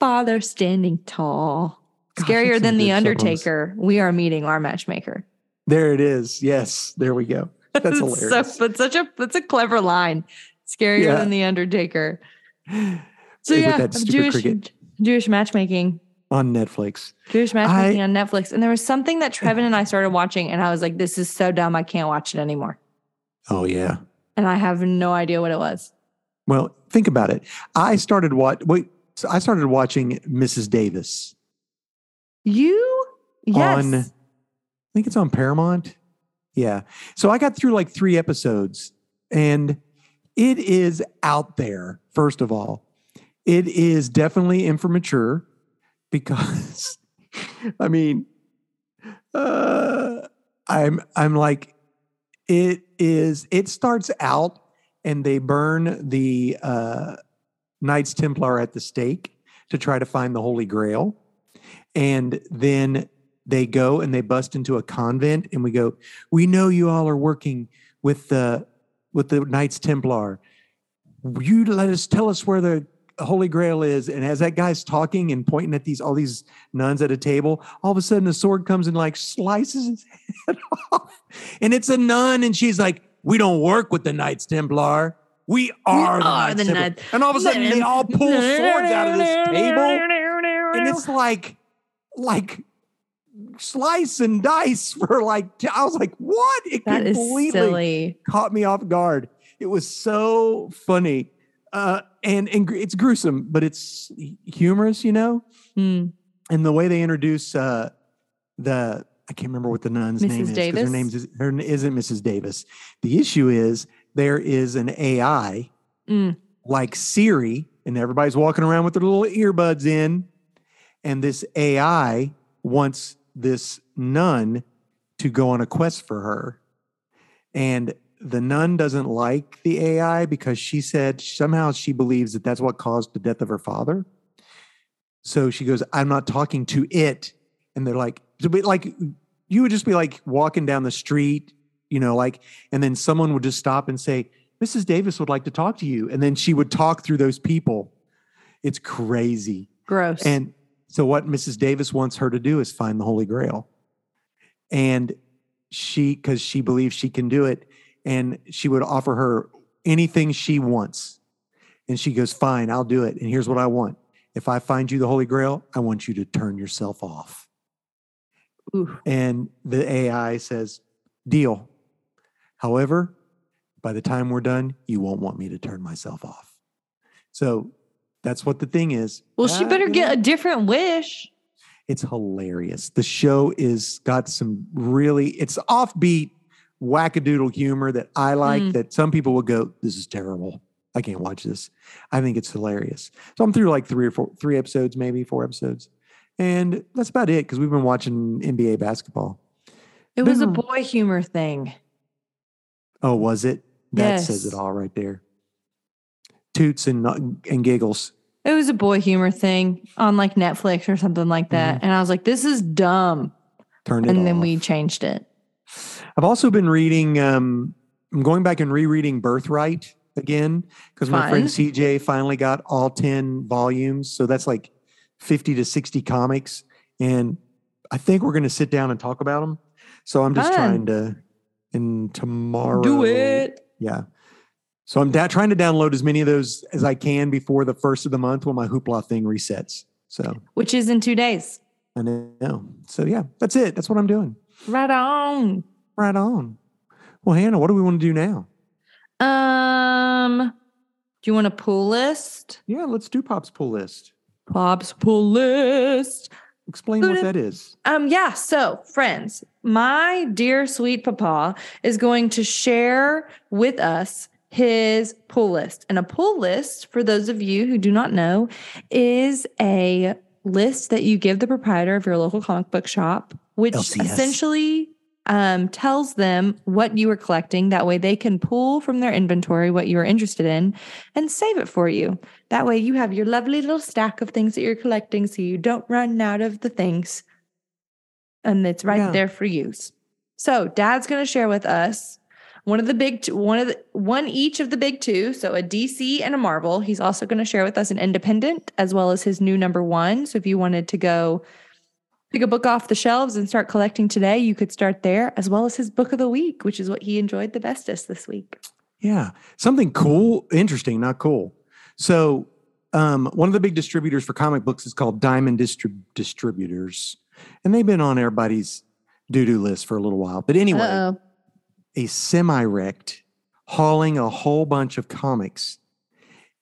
Speaker 2: father standing tall.
Speaker 1: Gosh, that's
Speaker 2: Scarier
Speaker 1: some
Speaker 2: than the
Speaker 1: good songs.
Speaker 2: Undertaker. We are meeting our matchmaker.
Speaker 1: There it is. Yes, there we go. That's
Speaker 2: It's so-
Speaker 1: hilarious.
Speaker 2: but such a that's a clever line. Scarier
Speaker 1: Yeah.
Speaker 2: than the Undertaker. So
Speaker 1: With
Speaker 2: yeah,
Speaker 1: that stupid
Speaker 2: Jewish
Speaker 1: cricket.
Speaker 2: Jewish matchmaking.
Speaker 1: on Netflix.
Speaker 2: Jewish matchmaking on Netflix. And there was something that Trevin and I started watching, and I was like, this is so dumb. I can't watch it anymore.
Speaker 1: Oh yeah.
Speaker 2: And I have no idea what it was.
Speaker 1: Well, think about it. I started what? Wait, so I started watching Mrs. Davis.
Speaker 2: You? Yes.
Speaker 1: On- I think it's on Paramount. Yeah. So I got through like three episodes, and it is out there. First of all, it is definitely immature because, I mean, uh, I'm I'm like, it is. It starts out, and they burn the uh, Knights Templar at the stake, to try to find the Holy Grail. And then they go and they bust into a convent and we go, We know you all are working with the with the Knights Templar. You let us tell us where the Holy Grail is. And as that guy's talking and pointing at these all these nuns at a table, all of a sudden a sword comes and like slices his head off. And it's a nun, and she's like, We don't work with the Knights Templar. We are, the,
Speaker 2: are
Speaker 1: Knights
Speaker 2: the
Speaker 1: Templar."
Speaker 2: Knights-
Speaker 1: And all of a sudden they all pull swords out of this table and it's like like slice and dice for like t- I was like, what? It
Speaker 2: that is
Speaker 1: completely
Speaker 2: silly.
Speaker 1: caught me off guard. It was so funny. Uh, and and gr- it's gruesome, but it's humorous, you know.
Speaker 2: Mm.
Speaker 1: And the way they introduce uh, the I can't remember what the nun's name
Speaker 2: Mrs.
Speaker 1: is. 'cause Her
Speaker 2: Davis?
Speaker 1: name is her n- isn't Mrs. Davis. The issue is there is an AI
Speaker 2: Mm.
Speaker 1: like Siri, and everybody's walking around with their little earbuds in. And this AI wants this nun to go on a quest for her. And the nun doesn't like the AI because she said somehow she believes that that's what caused the death of her father. So she goes, I'm not talking to it. And they're like, to be like, you would just be like walking down the street, you know, like, and then someone would just stop and say, Mrs. Davis would like to talk to you. And then she would talk through those people. It's crazy.
Speaker 2: Gross.
Speaker 1: And so, what Mrs. Davis wants her to do is find the Holy Grail. And she, because she believes she can do it, and she would offer her anything she wants. And she goes, Fine, I'll do it. And here's what I want if I find you the Holy Grail, I want you to turn yourself off.
Speaker 2: Oof.
Speaker 1: And the AI says, Deal. However, by the time we're done, you won't want me to turn myself off. So that's what the thing is.
Speaker 2: well, she
Speaker 1: Ah,
Speaker 2: better
Speaker 1: you
Speaker 2: get
Speaker 1: know.
Speaker 2: a different wish.
Speaker 1: It's hilarious. The show is got some really it's offbeat wackadoodle humor that I like
Speaker 2: Mm.
Speaker 1: that some people will go, This is terrible. I can't watch this. I think it's hilarious. So I'm through like three or four three episodes, maybe four episodes. And that's about it because we've been watching NBA basketball.
Speaker 2: It was a
Speaker 1: Boom.
Speaker 2: boy humor thing.
Speaker 1: Oh, was it? That says
Speaker 2: Yes.
Speaker 1: it all right there. Toots and uh, and giggles.
Speaker 2: It was a boy humor thing on like Netflix or something like that. And I was like, this is dumb.
Speaker 1: Turned it
Speaker 2: And then
Speaker 1: off.
Speaker 2: we changed it.
Speaker 1: I've also been reading. Um, I'm going back and rereading Birthright again because my friend
Speaker 2: Fun.
Speaker 1: CJ finally got all ten volumes. So that's like fifty to sixty comics, and I think we're going to sit down and talk about them. So I'm just
Speaker 2: Fun.
Speaker 1: trying to. And tomorrow,
Speaker 2: Do it.
Speaker 1: Yeah. So I'm da- trying to download as many of those as I can before the first of the month when my hoopla thing resets. So
Speaker 2: Which is in two days.
Speaker 1: I know. So yeah, that's it. That's what I'm doing.
Speaker 2: Right on.
Speaker 1: Right on. Well, Hannah, what do we want to do now?
Speaker 2: Um, do you want a pool list?
Speaker 1: Yeah, let's do Pop's pull list.
Speaker 2: Bob's pool list.
Speaker 1: Explain
Speaker 2: Who
Speaker 1: what
Speaker 2: did-
Speaker 1: that is.
Speaker 2: Um, yeah. So, friends, my dear sweet papa is going to share with us his pull list. And a pull list, for those of you who do not know, is a list that you give the proprietor of your local comic book shop, which
Speaker 1: LCS.
Speaker 2: essentially um, tells them what you are collecting. That way, they can pull from their inventory what you are interested in and save it for you. That way, you have your lovely little stack of things that you're collecting so you don't run out of the things. And it's right
Speaker 1: Yeah.
Speaker 2: there for use. So, dad's going to share with us one of the big t- one of the one each of the big two so a dc and a marvel he's also going to share with us an independent as well as his new number one so if you wanted to go pick a book off the shelves and start collecting today you could start there as well as his book of the week which is what he enjoyed the bestest this week
Speaker 1: Yeah, something cool, interesting, not cool. So, um, one of the big distributors for comic books is called Diamond Distrib- Distributors, and they've been on everybody's doo-doo list for a little while. But anyway,
Speaker 2: Uh-oh.
Speaker 1: a semi-wrecked hauling a whole bunch of comics,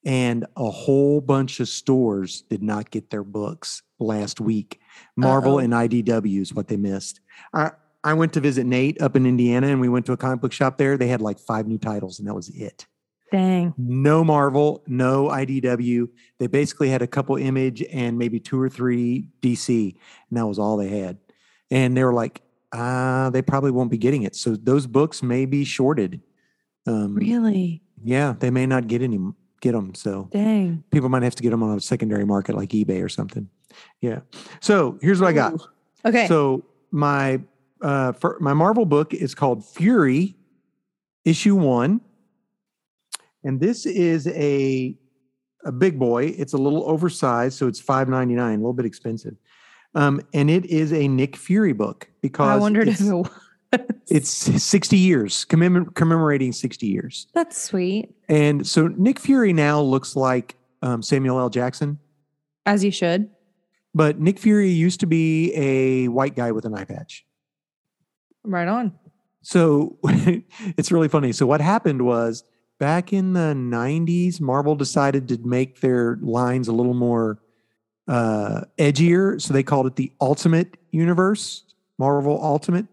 Speaker 1: and a whole bunch of stores did not get their books last week. Marvel
Speaker 2: Uh-oh.
Speaker 1: and IDW is what they missed. I, I went to visit Nate up in Indiana, and we went to a comic book shop there. They had like five new titles, and that was it.
Speaker 2: dang
Speaker 1: No Marvel, no IDW. They basically had a couple image and maybe two or three DC, and that was all they had. And they were like, ah, they probably won't be getting it. So those books may be shorted. Um,
Speaker 2: really
Speaker 1: yeah, they may not get any get them. So
Speaker 2: Dang.
Speaker 1: people might have to get them on a secondary market like eBay or something. Yeah. So here's what I got.
Speaker 2: Ooh. Okay.
Speaker 1: So my uh, fir- my Marvel book is called Fury, issue one, and this is a a big boy. It's a little oversized, so it's five ninety nine, a little bit expensive, um, and it is a Nick Fury book because
Speaker 2: I wondered
Speaker 1: it's,
Speaker 2: if it was.
Speaker 1: it's sixty years commem- commemorating sixty years,
Speaker 2: That's sweet.
Speaker 1: and so Nick Fury now looks like um, Samuel L. Jackson,
Speaker 2: As you should.
Speaker 1: but Nick Fury used to be a white guy with an eye patch.
Speaker 2: Right on.
Speaker 1: So it's really funny. So what happened was back in the 90s, Marvel decided to make their lines a little more uh, edgier. So they called it the Ultimate Universe, Marvel Ultimate.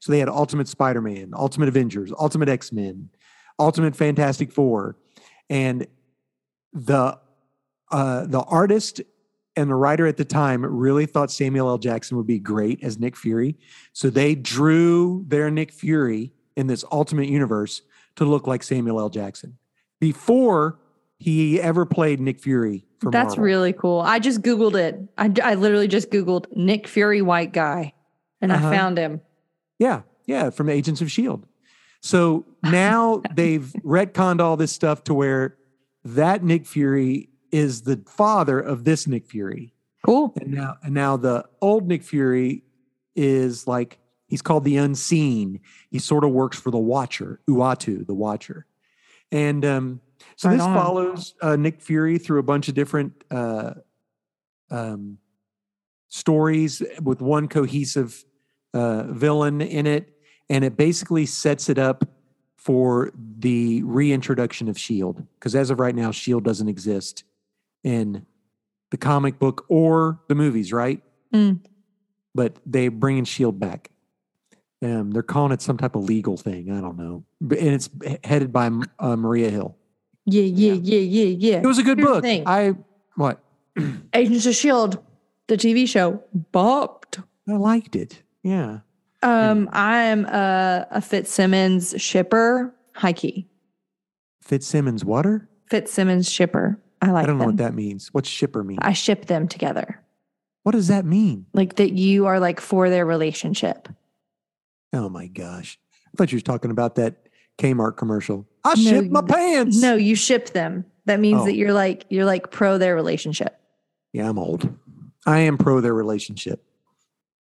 Speaker 1: So they had Ultimate Spider Man, Ultimate Avengers, Ultimate X Men, Ultimate Fantastic Four. And the uh, the artist and the writer at the time really thought Samuel L. Jackson would be great as Nick Fury. So they drew their Nick Fury in this ultimate universe to look like Samuel L. Jackson before he ever played Nick Fury for
Speaker 2: That's
Speaker 1: Marvel.
Speaker 2: really cool. I just Googled it. I, I literally just Googled Nick Fury white guy and
Speaker 1: Uh-huh.
Speaker 2: I found him.
Speaker 1: Yeah, yeah, from the Agents of Shield. E So now they've retconned all this stuff to where that Nick Fury is the father of this Nick Fury.
Speaker 2: Cool.
Speaker 1: And now and now the old Nick Fury is like he's called the unseen. He sort of works for the Watcher, Uatu, the Watcher. And um, so
Speaker 2: Right
Speaker 1: this
Speaker 2: on.
Speaker 1: follows uh, Nick Fury through a bunch of different uh, um, stories with one cohesive uh, villain in it, and it basically sets it up for the reintroduction of Shield because as of right now, Shield E doesn't exist in the comic book or the movies, right?
Speaker 2: Mm.
Speaker 1: But they bringing Shield E back. Um, they're calling it some type of legal thing. I don't know, But- and it's headed by uh, Maria Hill.
Speaker 2: Yeah, yeah, yeah, yeah,
Speaker 1: It was a good
Speaker 2: Here's the
Speaker 1: book.
Speaker 2: thing.
Speaker 1: I what
Speaker 2: yeah. Agents of S.H.I.E.L.D., E the TV show, bopped.
Speaker 1: I liked it. Yeah. Hmm.
Speaker 2: Um, I'm a, a Fitzsimmons shipper, high key.
Speaker 1: Fitzsimmons water.
Speaker 2: Fitzsimmons shipper. I like
Speaker 1: I don't know
Speaker 2: them.
Speaker 1: what that means. What's shipper mean?
Speaker 2: I ship them together.
Speaker 1: what does that mean?
Speaker 2: Like that you are like for their relationship.
Speaker 1: Oh my gosh! I thought you was talking about that Kmart commercial. I
Speaker 2: No,
Speaker 1: ship my
Speaker 2: you-
Speaker 1: pants.
Speaker 2: No, you ship them. That means
Speaker 1: Oh.
Speaker 2: that you're like you're like pro their relationship.
Speaker 1: Yeah, I'm old. I am pro their relationship.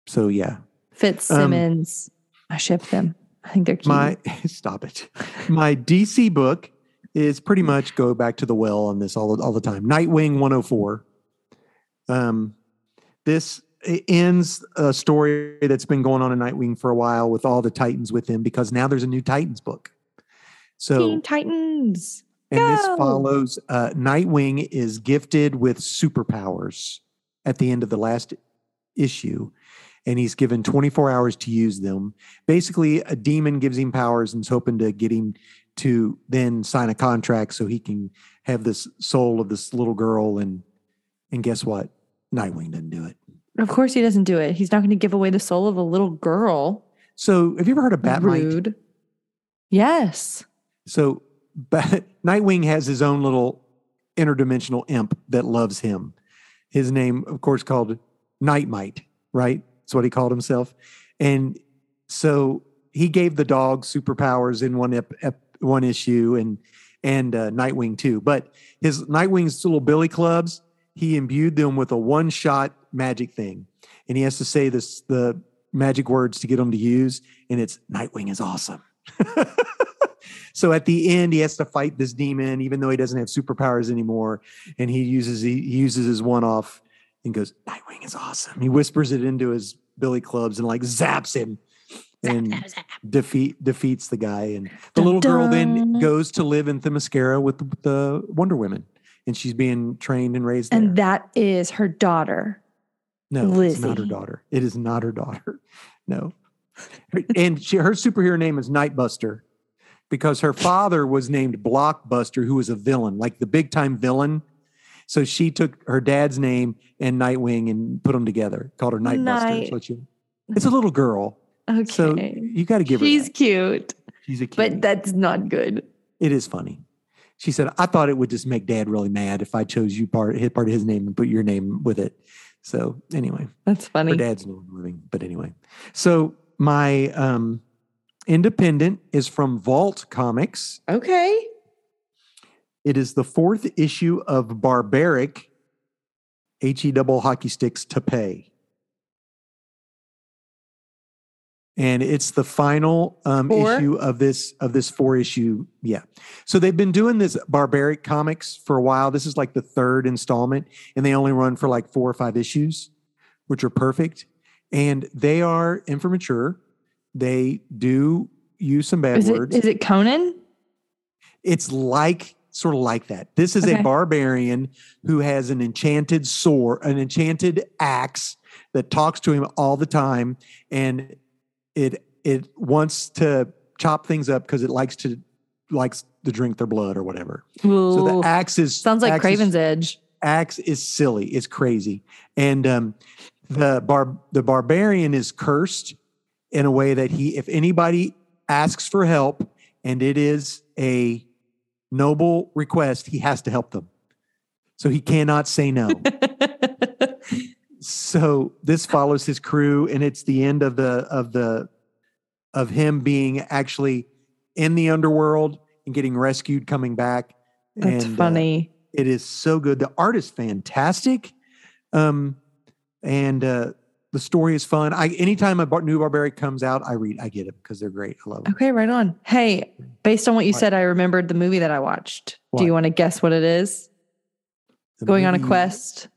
Speaker 1: So yeah,
Speaker 2: Fitzsimmons. I ship them. I think they're cute.
Speaker 1: Um, my stop it. My DC book is pretty much go back to the well on this all all the time. Nightwing 104. Um, this it ends a story that's been going on in Nightwing for a while with all the Titans with him because now there's a new Titans book. So
Speaker 2: Teen Titans.
Speaker 1: And this
Speaker 2: Go.
Speaker 1: follows uh, Nightwing is gifted with superpowers at the end of the last issue, and he's given 24 hours to use them. Basically, a demon gives him powers and's hoping to get him to then sign a contract so he can have this soul of this little girl. And and guess what? Nightwing doesn't do it.
Speaker 2: Of course he doesn't do it. He's not going to give away the soul of a little girl.
Speaker 1: So, have you ever heard of Batmite?
Speaker 2: Rude. Yes.
Speaker 1: So but Nightwing has his own little interdimensional imp that loves him. His name, of course, called Nightmite, right? That's what he called himself. And so he gave the dog superpowers in one ep, ep, one issue and and uh, Nightwing too. But his Nightwing's little billy clubs, he imbued them with a one shot magic thing, and he has to say this the magic words to get them to use, and it's Nightwing is awesome. so at the end, he has to fight this demon, even though he doesn't have superpowers anymore, and he uses he, he uses his one off and goes Nightwing is awesome. He whispers it into his billy clubs and like zaps him. And defeat defeats the guy and the
Speaker 2: Dun,
Speaker 1: little girl
Speaker 2: dun.
Speaker 1: then goes to live in Themyscira with the, the Wonder Women and she's being trained and raised
Speaker 2: And
Speaker 1: there.
Speaker 2: that is her daughter.
Speaker 1: no, it's not her
Speaker 2: Lizzie.
Speaker 1: daughter. It is not her daughter. No. Her- and she, her superhero name is Nightbuster because her father was named Blockbuster who was a villain, like the big time villain. So she took her dad's name and Nightwing and put them together. Called her Nightbuster.
Speaker 2: Night-
Speaker 1: That's what you- It's a little girl.
Speaker 2: Okay.
Speaker 1: So you got to give her
Speaker 2: She's
Speaker 1: that.
Speaker 2: cute,
Speaker 1: She's a
Speaker 2: but
Speaker 1: cutie.
Speaker 2: that's not good.
Speaker 1: It is funny. She said, I thought it would just make dad really mad if I chose you part, hit part of his name and put your name with it. So anyway,
Speaker 2: That's
Speaker 1: her
Speaker 2: funny.
Speaker 1: dad's no longer living, but anyway. So my um, independent is from Vault Comics.
Speaker 2: Okay.
Speaker 1: It is the fourth issue of Barbaric, H E double hockey sticks to pay. And it's the final um,
Speaker 2: Four?
Speaker 1: issue of this of this four issue. Yeah. So they've been doing this barbaric comics for a while. This is like the third installment, and they only run for like four or five issues, which are perfect. And they are immature. They do use some bad
Speaker 2: Is it,
Speaker 1: words
Speaker 2: is it Conan?
Speaker 1: it's like sort of like that. This is
Speaker 2: Okay.
Speaker 1: a barbarian who has an enchanted sword, an enchanted axe that talks to him all the time, and it it wants to chop things up because it likes to likes to drink their blood or whatever. So
Speaker 2: Ooh,
Speaker 1: the axe is
Speaker 2: sounds like
Speaker 1: axe is-
Speaker 2: Craven's Edge.
Speaker 1: axe is silly. It's crazy. And um, the bar the barbarian is cursed in a way that he, if anybody asks for help and it is a noble request, he has to help them. So he cannot say no. so this follows his crew, and it's the end of the of the of him being actually in the underworld and getting rescued, coming back.
Speaker 2: That's
Speaker 1: and, uh,
Speaker 2: funny.
Speaker 1: it is so good. The art is fantastic, um, and uh, the story is fun. I anytime a bar- new barbaric comes out, I read. I get it because they're great. I love them.
Speaker 2: okay, right on. Hey, based on what you
Speaker 1: What?
Speaker 2: said, I remembered the movie that I watched. Do you
Speaker 1: What?
Speaker 2: want to guess what it is? going on a quest.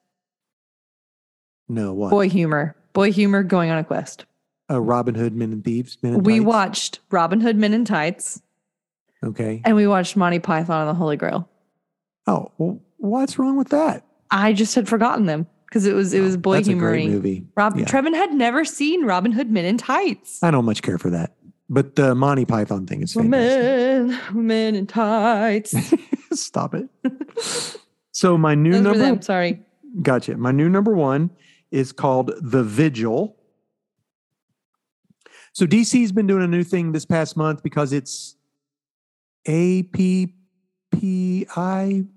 Speaker 1: No, what?
Speaker 2: Boy humor. Boy humor going on a quest.
Speaker 1: Uh, Robin Hood, Men in Thieves. Men in
Speaker 2: we
Speaker 1: Tights?
Speaker 2: watched Robin Hood Men in Tights
Speaker 1: Okay.
Speaker 2: and we watched Monty Python and the Holy Grail.
Speaker 1: Oh, well, what's wrong with that?
Speaker 2: I just had forgotten them because it was it was
Speaker 1: Oh,
Speaker 2: boy
Speaker 1: That's a great
Speaker 2: humoring.
Speaker 1: movie.
Speaker 2: Rob
Speaker 1: Yeah.
Speaker 2: Trevin had never seen Robin Hood Men in Tights.
Speaker 1: I don't much care for that, but the Monty Python thing is
Speaker 2: We're
Speaker 1: fantastic.
Speaker 2: men, we're men in tights.
Speaker 1: Stop it. so my new
Speaker 2: Those were
Speaker 1: number
Speaker 2: them, sorry.
Speaker 1: Gotcha. My new number one is called The Vigil. So DC's been doing a new thing this past month because it's APPI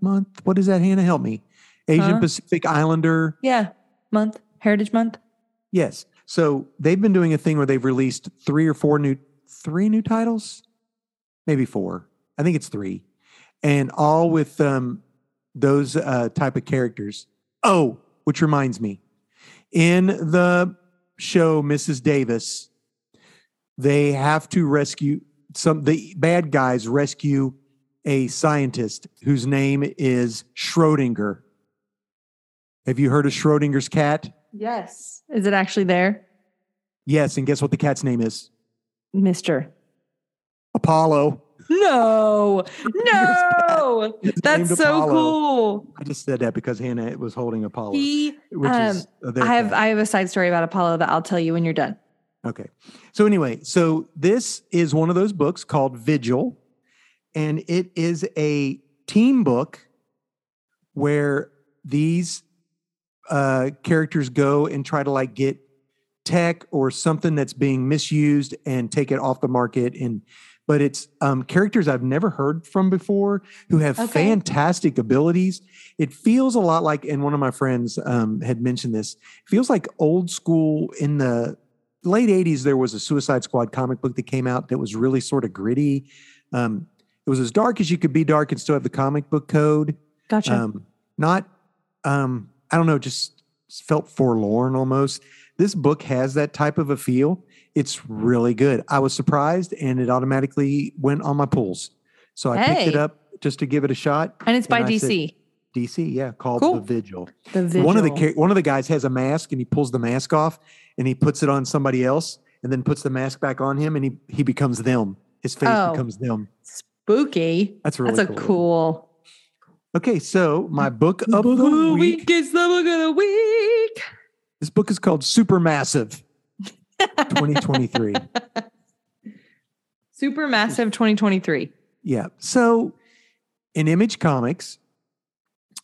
Speaker 1: month. What is that, Hannah? Help me. Asian
Speaker 2: Huh?
Speaker 1: Pacific Islander.
Speaker 2: Yeah. Month. Heritage Month.
Speaker 1: Yes. So they've been doing a thing where they've released three or four new, three new titles, maybe four. I think it's three, and all with um, those uh, type of characters. Oh, which reminds me, in the show Mrs. Davis, they have to rescue some. The bad guys rescue a scientist whose name is Schrodinger. Have you heard of Schrodinger's cat?
Speaker 2: Yes. Is it actually there?
Speaker 1: Yes, and guess what the cat's name is?
Speaker 2: Mister.
Speaker 1: Apollo.
Speaker 2: No. No.
Speaker 1: It's
Speaker 2: That's
Speaker 1: named
Speaker 2: so
Speaker 1: Apollo.
Speaker 2: cool.
Speaker 1: I just said that because Hannah was holding Apollo,
Speaker 2: He um,
Speaker 1: which is their
Speaker 2: I have
Speaker 1: cat.
Speaker 2: I have a side story about Apollo that I'll tell you when you're done.
Speaker 1: okay. So anyway, so this is one of those books called Vigil, and it is a team book where these uh, characters go and try to like get tech or something that's being misused and take it off the market and but it's um, characters i've never heard from before who have
Speaker 2: Okay.
Speaker 1: fantastic abilities it feels a lot like and one of my friends um, had mentioned this feels like old school in the late 80s there was a suicide squad comic book that came out that was really sort of gritty um, it was as dark as you could be dark and still have the comic book code
Speaker 2: Gotcha.
Speaker 1: um, not um, i don't know just felt forlorn almost this book has that type of a feel it's really good i was surprised and it automatically went on my pulls so i picked it
Speaker 2: Hey.
Speaker 1: up just to give it a shot
Speaker 2: and it's by
Speaker 1: and I said-
Speaker 2: DC.
Speaker 1: dc yeah called
Speaker 2: Cool.
Speaker 1: the vigil.
Speaker 2: the vigil.
Speaker 1: one of the cha- one of the guys has a mask and he pulls the mask off and he puts it on somebody else and then puts the mask back on him and he he becomes them his face
Speaker 2: Oh.
Speaker 1: becomes them
Speaker 2: spooky.
Speaker 1: that's really
Speaker 2: That's a cool.
Speaker 1: okay so my book of
Speaker 2: book
Speaker 1: the week
Speaker 2: is the book of the week.
Speaker 1: This book is called Supermassive 2023.
Speaker 2: Super massive 2023.
Speaker 1: yeah. So in Image Comics,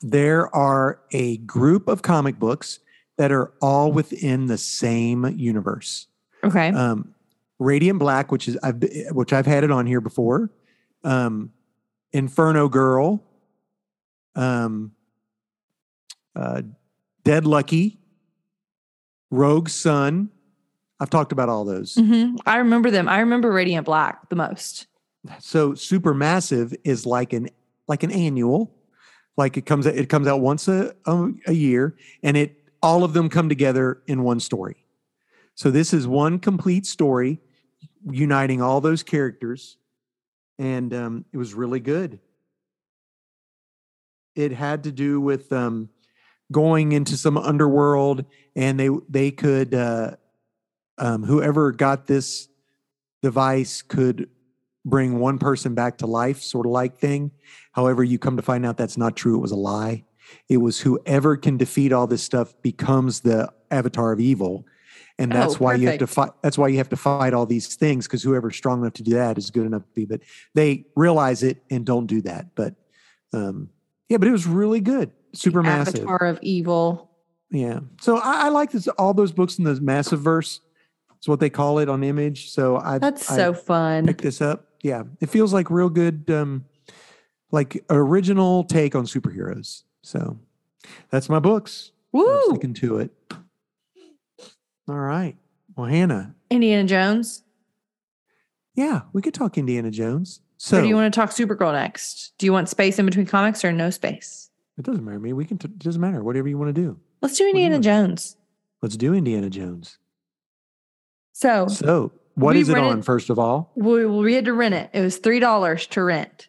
Speaker 1: there are a group of comic books that are all within the same universe.
Speaker 2: Okay.
Speaker 1: Uh, Um, Radiant Black, which is I've which I've had it on here before, um, Inferno Girl, um, uh, Dead Lucky, Rogue Son. I've talked about all those.
Speaker 2: hmm I remember them. I remember Radiant Black the most.
Speaker 1: So Supermassive is like an like an annual, like it comes it comes out once a, a, a year, and it all of them come together in one story. So this is one complete story uniting all those characters, and um, it was really good. It had to do with um, going into some underworld, and they they could uh, um, whoever got this device could bring one person back to life, sort of like thing. However, you come to find out that's not true; it was a lie. It was whoever can defeat all this stuff becomes the avatar of evil, and that's
Speaker 2: Oh,
Speaker 1: why you have to
Speaker 2: perfect.
Speaker 1: fight. That's why you have to fight all these things because whoever's strong enough to do that is good enough to be. But they realize it and don't do that. But um, yeah, but it was really good. Super massive.
Speaker 2: Avatar of Evil.
Speaker 1: Yeah. So I, I like this. All those books in the massive verse. It's what they call it on Image. So I
Speaker 2: That's
Speaker 1: I
Speaker 2: so fun.
Speaker 1: picked this up. Yeah, it feels like real good, um, like original take on superheroes. So that's my books. I'm
Speaker 2: Woo!
Speaker 1: sticking to it. All right. Well, Hannah.
Speaker 2: Indiana Jones.
Speaker 1: Yeah, we could talk Indiana Jones. So
Speaker 2: Or do you want to talk Supergirl next? Do you want space in between comics or no space?
Speaker 1: it doesn't matter to me. We can. T- it doesn't matter. Whatever you want to do.
Speaker 2: Let's
Speaker 1: do
Speaker 2: do
Speaker 1: you
Speaker 2: Indiana
Speaker 1: want?
Speaker 2: Jones.
Speaker 1: Let's do Indiana Jones.
Speaker 2: So
Speaker 1: So what
Speaker 2: We
Speaker 1: is it
Speaker 2: rented-
Speaker 1: on? First of all,
Speaker 2: we, we had to rent it. It was three dollars to rent.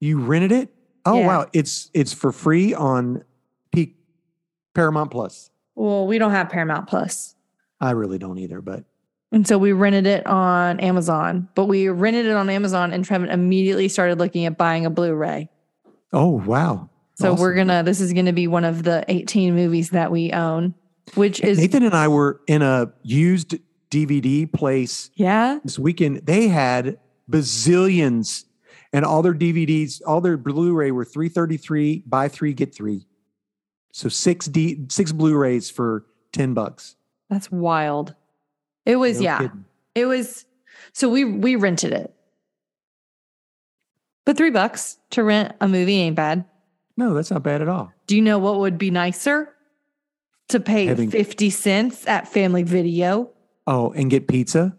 Speaker 1: you rented it. Oh
Speaker 2: Yeah.
Speaker 1: wow, it's it's for free on Peak Paramount Plus.
Speaker 2: Well, we don't have Paramount Plus,
Speaker 1: I really don't either, but
Speaker 2: and so we rented it on Amazon. But we rented it on Amazon, and Trevin immediately started looking at buying a Blu-ray.
Speaker 1: oh wow.
Speaker 2: So we're
Speaker 1: Awesome.
Speaker 2: gonna. This is gonna be one of the eighteen movies that we own, which is
Speaker 1: Nathan and I were in a used DVD place
Speaker 2: yeah.
Speaker 1: this weekend. They had bazillions, and all their DVDs, all their Blu-ray were three thirty-three buy three get three, so six D six Blu-rays for ten bucks.
Speaker 2: That's wild. It was
Speaker 1: No
Speaker 2: yeah.
Speaker 1: kidding.
Speaker 2: It was so we we rented it. But three bucks to rent a movie ain't bad.
Speaker 1: No, that's not bad at all.
Speaker 2: Do you know what would be nicer? To pay
Speaker 1: Having-
Speaker 2: 50 cents at Family Video
Speaker 1: Oh, and get pizza.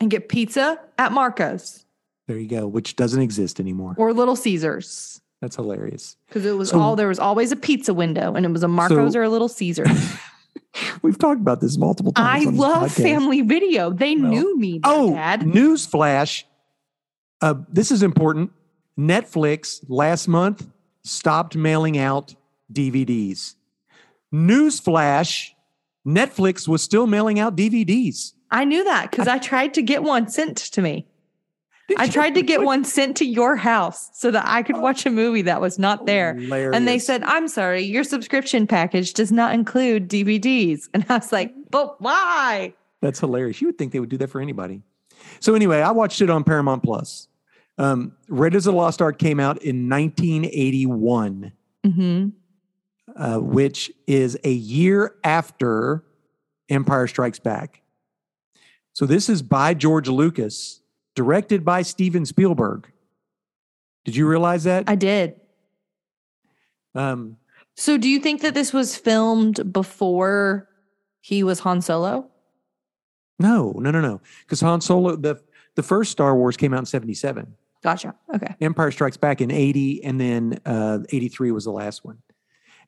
Speaker 2: and get pizza at Marco's
Speaker 1: There you go, which doesn't exist anymore.
Speaker 2: or Little Caesars.
Speaker 1: That's hilarious.
Speaker 2: Because it was
Speaker 1: So-
Speaker 2: all there was always a pizza window and it was a Marco's or a Little Caesars.
Speaker 1: We've talked about this multiple
Speaker 2: I
Speaker 1: times. on this
Speaker 2: love
Speaker 1: podcast.
Speaker 2: Family Video. They
Speaker 1: Well-
Speaker 2: knew me, their
Speaker 1: Oh,
Speaker 2: dad.
Speaker 1: newsflash. Uh, this is important. Netflix last month stopped mailing out DVDs. Newsflash. Netflix was still mailing out DVDs.
Speaker 2: I knew that because I tried to get one sent to me.
Speaker 1: Did
Speaker 2: I
Speaker 1: you-
Speaker 2: tried to get
Speaker 1: what-
Speaker 2: one sent to your house so that I could watch a movie that was not there. And they
Speaker 1: Hilarious.
Speaker 2: said, I'm sorry, your subscription package does not include DVDs. And I was like, but why?
Speaker 1: That's hilarious. You would think they would do that for anybody. So anyway, I watched it on Paramount Plus. Um, Raiders of the Lost Ark came out in 1981.
Speaker 2: Mm-hmm.
Speaker 1: uh, which is a year after Empire Strikes Back. So this is by George Lucas, directed by Steven Spielberg. Did you realize that?
Speaker 2: I did.
Speaker 1: um,
Speaker 2: So do you think that this was filmed before he was Han Solo?
Speaker 1: no, no, no, no. Because Han Solo, the the first Star Wars came out in '77.
Speaker 2: Gotcha. Okay.
Speaker 1: Empire Strikes Back in '80, and then uh, '83 was the last one.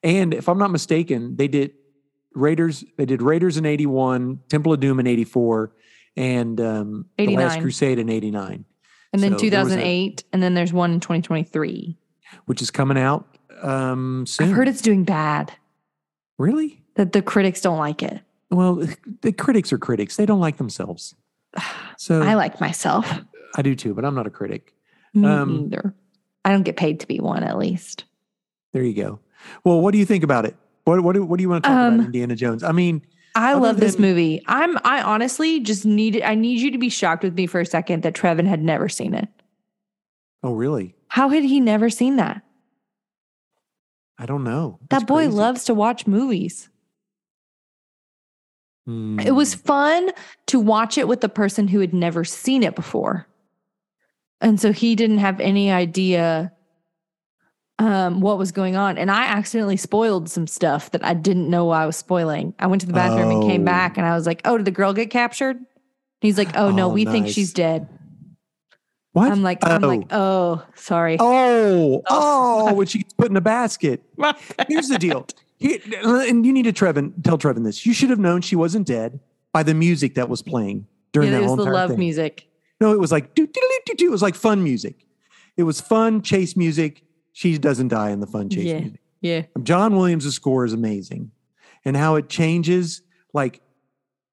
Speaker 1: And if I'm not mistaken, they did Raiders. They did Raiders in '81, Temple of Doom in '84, and um, The Last
Speaker 2: 89.
Speaker 1: Crusade in '89.
Speaker 2: And then
Speaker 1: So there was a-
Speaker 2: 2008. and then there's one in 2023.
Speaker 1: which is coming out um soon.
Speaker 2: I've heard it's doing bad,
Speaker 1: really
Speaker 2: that the critics don't like it.
Speaker 1: well. The critics are critics; they don't like themselves. So
Speaker 2: I
Speaker 1: I,
Speaker 2: like myself.
Speaker 1: do too, but I'm not a critic.
Speaker 2: Me
Speaker 1: Um,
Speaker 2: either. I don't get paid to be one, at least.
Speaker 1: There you go. Well, what do you think about it? What what do, what do you want to talk
Speaker 2: Um,
Speaker 1: about Indiana Jones? I mean,
Speaker 2: I
Speaker 1: Other
Speaker 2: love this
Speaker 1: than-
Speaker 2: movie. I'm I honestly just need I need you to be shocked with me for a second that Trevin had never seen it.
Speaker 1: oh really?
Speaker 2: How had he never seen that?
Speaker 1: I don't know.
Speaker 2: That boy
Speaker 1: crazy.
Speaker 2: loves to watch movies. It
Speaker 1: Mm.
Speaker 2: was fun to watch it with the person who had never seen it before. And so he didn't have any idea um, what was going on. And I accidentally spoiled some stuff that I didn't know I was spoiling. I went to the bathroom and came
Speaker 1: Oh.
Speaker 2: back and I was like, oh, did the girl get captured? And he's like, oh, no,
Speaker 1: Oh,
Speaker 2: we think
Speaker 1: nice.
Speaker 2: she's dead.
Speaker 1: What?
Speaker 2: I'm like, I'm like, oh, sorry.
Speaker 1: oh, oh, when she gets put in a basket. Here's the deal. Here- and you need to Trevin tell Trevin this. You should have known she wasn't dead by the music that was playing during that
Speaker 2: Yeah, it was
Speaker 1: whole
Speaker 2: the
Speaker 1: entire
Speaker 2: love
Speaker 1: thing.
Speaker 2: music.
Speaker 1: No, it was like doo, doo, doo, doo, doo. it was like fun music. It was fun chase music. She doesn't die in the fun chase
Speaker 2: Yeah.
Speaker 1: music.
Speaker 2: Yeah.
Speaker 1: John Williams' score is amazing. And how it changes, like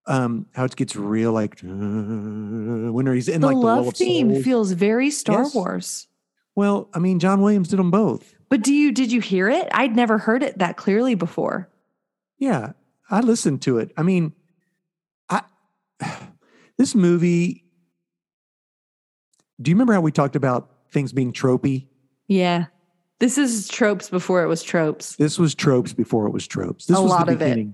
Speaker 1: um, how it gets real, like uh, when he's in
Speaker 2: the
Speaker 1: like the
Speaker 2: love
Speaker 1: Will of
Speaker 2: theme
Speaker 1: Souls.
Speaker 2: feels very Star
Speaker 1: Yes.
Speaker 2: Wars.
Speaker 1: well, I mean, John Williams did them both.
Speaker 2: But do you did you hear it? I'd never heard it that clearly before.
Speaker 1: Yeah, I listened to it. I mean, I this movie. Do you remember how we talked about things being tropey?
Speaker 2: Yeah. This is tropes before it was tropes.
Speaker 1: This was tropes before it was tropes. This
Speaker 2: A
Speaker 1: was
Speaker 2: lot
Speaker 1: the
Speaker 2: of it.
Speaker 1: beginning.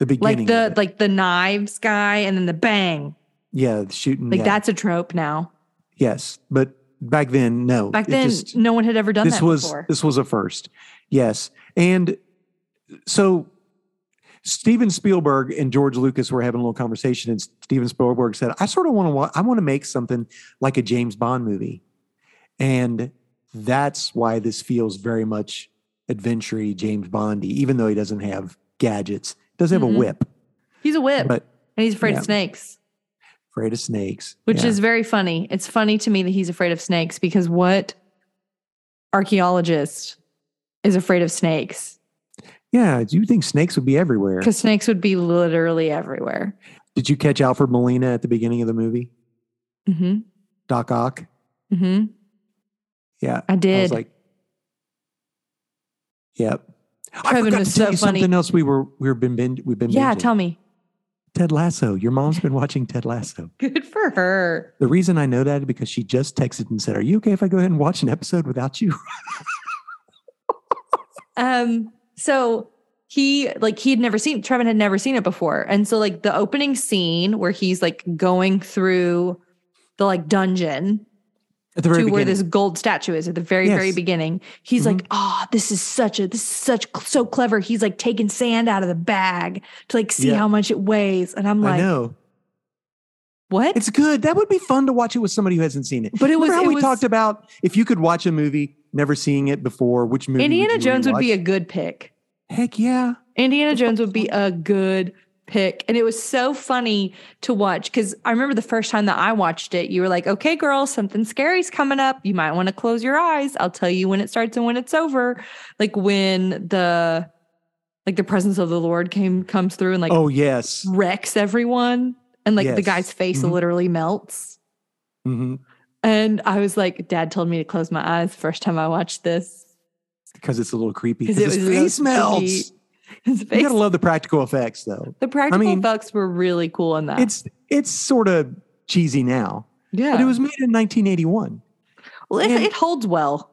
Speaker 1: The beginning.
Speaker 2: Like the
Speaker 1: of it.
Speaker 2: like the knives guy and then the bang.
Speaker 1: yeah, the shooting.
Speaker 2: Like
Speaker 1: yeah.
Speaker 2: that's a trope now.
Speaker 1: Yes, but back then, no.
Speaker 2: Back
Speaker 1: It
Speaker 2: then
Speaker 1: just-
Speaker 2: no one had ever done
Speaker 1: this
Speaker 2: that
Speaker 1: was
Speaker 2: before.
Speaker 1: this was a first. Yes, and so Steven Spielberg and George Lucas were having a little conversation, and Steven Spielberg said, "I sort of want to wa- I want to make something like a James Bond movie," and that's why this feels very much adventure James Bondy, even though he doesn't have gadgets, doesn't have
Speaker 2: Mhm.
Speaker 1: a whip,
Speaker 2: He's a whip
Speaker 1: but
Speaker 2: and he's afraid
Speaker 1: yeah.
Speaker 2: of snakes,
Speaker 1: afraid of snakes,
Speaker 2: which
Speaker 1: Yeah.
Speaker 2: is very funny. It's funny to me that he's afraid of snakes because what archaeologist is afraid of snakes?
Speaker 1: yeah. Do you think snakes would be everywhere?
Speaker 2: Because snakes would be literally everywhere.
Speaker 1: Did you catch Alfred Molina at the beginning of the movie?
Speaker 2: hmm
Speaker 1: Doc Ock.
Speaker 2: hmm
Speaker 1: Yeah.
Speaker 2: I
Speaker 1: I
Speaker 2: did.
Speaker 1: was like, Yep. I
Speaker 2: Trevin
Speaker 1: forgot
Speaker 2: was
Speaker 1: to tell
Speaker 2: so
Speaker 1: you
Speaker 2: funny.
Speaker 1: something else we were we were been bin, we've been
Speaker 2: yeah,
Speaker 1: binging.
Speaker 2: tell me.
Speaker 1: Ted Lasso. Your mom's been watching Ted Lasso.
Speaker 2: Good for her.
Speaker 1: The reason I know that is because she just texted and said, "Are you okay if I go ahead and watch an episode without you?"
Speaker 2: Um, so he like he had never seen Trevin had never seen it before. And so like the opening scene where he's like going through the like dungeon
Speaker 1: At the
Speaker 2: to
Speaker 1: very
Speaker 2: where
Speaker 1: beginning.
Speaker 2: this gold statue is at the very, very
Speaker 1: Yes. Mm-hmm.
Speaker 2: beginning. He's like, oh, this is such a this is such cl- so clever. He's like taking sand out of the bag to like see
Speaker 1: Yeah.
Speaker 2: how much it weighs. And I'm
Speaker 1: I
Speaker 2: like,
Speaker 1: know
Speaker 2: what?
Speaker 1: it's good. That would be fun to watch it with somebody who hasn't seen it.
Speaker 2: but it was,
Speaker 1: Remember how
Speaker 2: it
Speaker 1: we
Speaker 2: was
Speaker 1: talked about if you could watch a movie never seeing it before, which movie? would
Speaker 2: Indiana
Speaker 1: you
Speaker 2: Jones would be a
Speaker 1: rewatch?
Speaker 2: good pick.
Speaker 1: heck yeah.
Speaker 2: Indiana Jones would be a good pick. And it was so funny to watch because I remember the first time that I watched it, you were like, okay, girl, something scary's coming up. You might want to close your eyes. I'll tell you when it starts and when it's over. Like when the like the presence of the Lord came comes through and like
Speaker 1: Oh yes.
Speaker 2: wrecks everyone. And like the
Speaker 1: Yes.
Speaker 2: guy's face
Speaker 1: Mhm.
Speaker 2: literally melts.
Speaker 1: hmm
Speaker 2: And I was like, Dad told me to close my eyes the first time I watched this.
Speaker 1: Because it's a little creepy.
Speaker 2: 'Cause
Speaker 1: Because
Speaker 2: it
Speaker 1: his
Speaker 2: was a little
Speaker 1: face melts.
Speaker 2: spooky. His
Speaker 1: You
Speaker 2: face,
Speaker 1: gotta love the practical effects though.
Speaker 2: the practical
Speaker 1: mean,
Speaker 2: effects were really cool in that.
Speaker 1: It's it's sort of cheesy now,
Speaker 2: yeah.
Speaker 1: but it was made in 1981.
Speaker 2: Well, it,
Speaker 1: And-
Speaker 2: it holds well.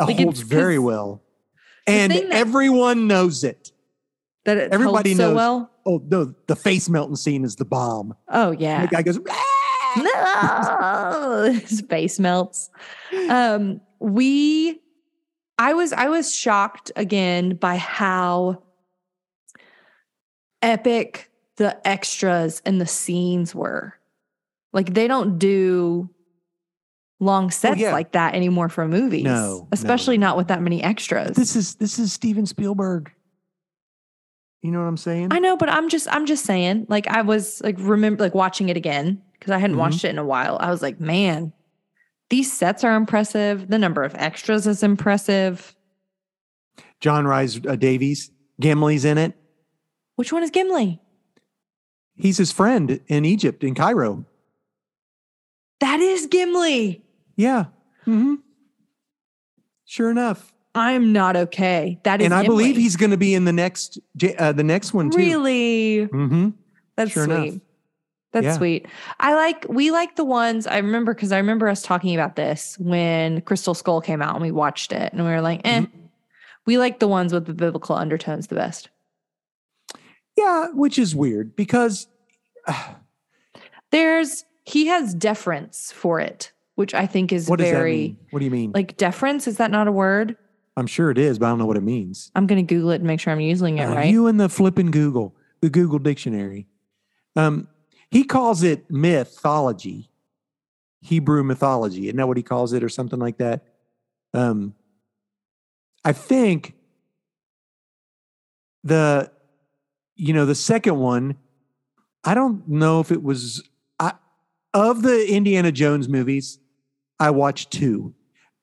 Speaker 1: It
Speaker 2: Like, it's
Speaker 1: holds very
Speaker 2: 'cause
Speaker 1: well,
Speaker 2: the
Speaker 1: and
Speaker 2: thing that-
Speaker 1: everyone knows it.
Speaker 2: That it
Speaker 1: Everybody
Speaker 2: holds so
Speaker 1: knows.
Speaker 2: well.
Speaker 1: Oh no, the face melting scene is the bomb.
Speaker 2: Oh yeah.
Speaker 1: The guy goes, "Ah!"
Speaker 2: No! His face melts. Um, we, I was, I was shocked again by how epic the extras and the scenes were. Like they don't do long sets
Speaker 1: Oh, yeah.
Speaker 2: like that anymore for movies.
Speaker 1: No, no,
Speaker 2: especially
Speaker 1: no.
Speaker 2: not with that many extras.
Speaker 1: this is this is Steven Spielberg. You know what I'm saying?
Speaker 2: I know, but I'm just I'm just saying, like I was like remember like watching it again because I hadn't
Speaker 1: Mhm.
Speaker 2: watched it in a while. I was like, man, these sets are impressive. The number of extras is impressive.
Speaker 1: John Rhys uh, Davies, Gimli's in it.
Speaker 2: Which one is Gimli?
Speaker 1: He's his friend in Egypt, in Cairo.
Speaker 2: That is Gimli.
Speaker 1: Yeah. hmm Sure enough.
Speaker 2: I'm not okay. That is
Speaker 1: and I believe
Speaker 2: Gimli.
Speaker 1: he's going to be in the next J- uh, the next one too.
Speaker 2: really
Speaker 1: Mm-hmm.
Speaker 2: that's
Speaker 1: Sure
Speaker 2: sweet.
Speaker 1: enough.
Speaker 2: That's
Speaker 1: Yeah.
Speaker 2: sweet. I like we like the ones I remember because I remember us talking about this when Crystal Skull came out and we watched it and we were like, eh.
Speaker 1: Mhm.
Speaker 2: We like the ones with the biblical undertones the best.
Speaker 1: Yeah, which is weird because uh,
Speaker 2: there's he has deference for it, which I think is
Speaker 1: what does that
Speaker 2: very
Speaker 1: mean? What do you mean?
Speaker 2: like deference. Is that not a word?
Speaker 1: I'm sure it is, but I don't know what it means.
Speaker 2: I'm going to Google it and make sure I'm using it
Speaker 1: Uh,
Speaker 2: right.
Speaker 1: You and the flipping Google, the Google dictionary. Um, he calls it mythology, Hebrew mythology. Isn't that what he calls it, or something like that? Um, I think the, you know, the second one. I don't know if it was I, of the Indiana Jones movies. I watched two.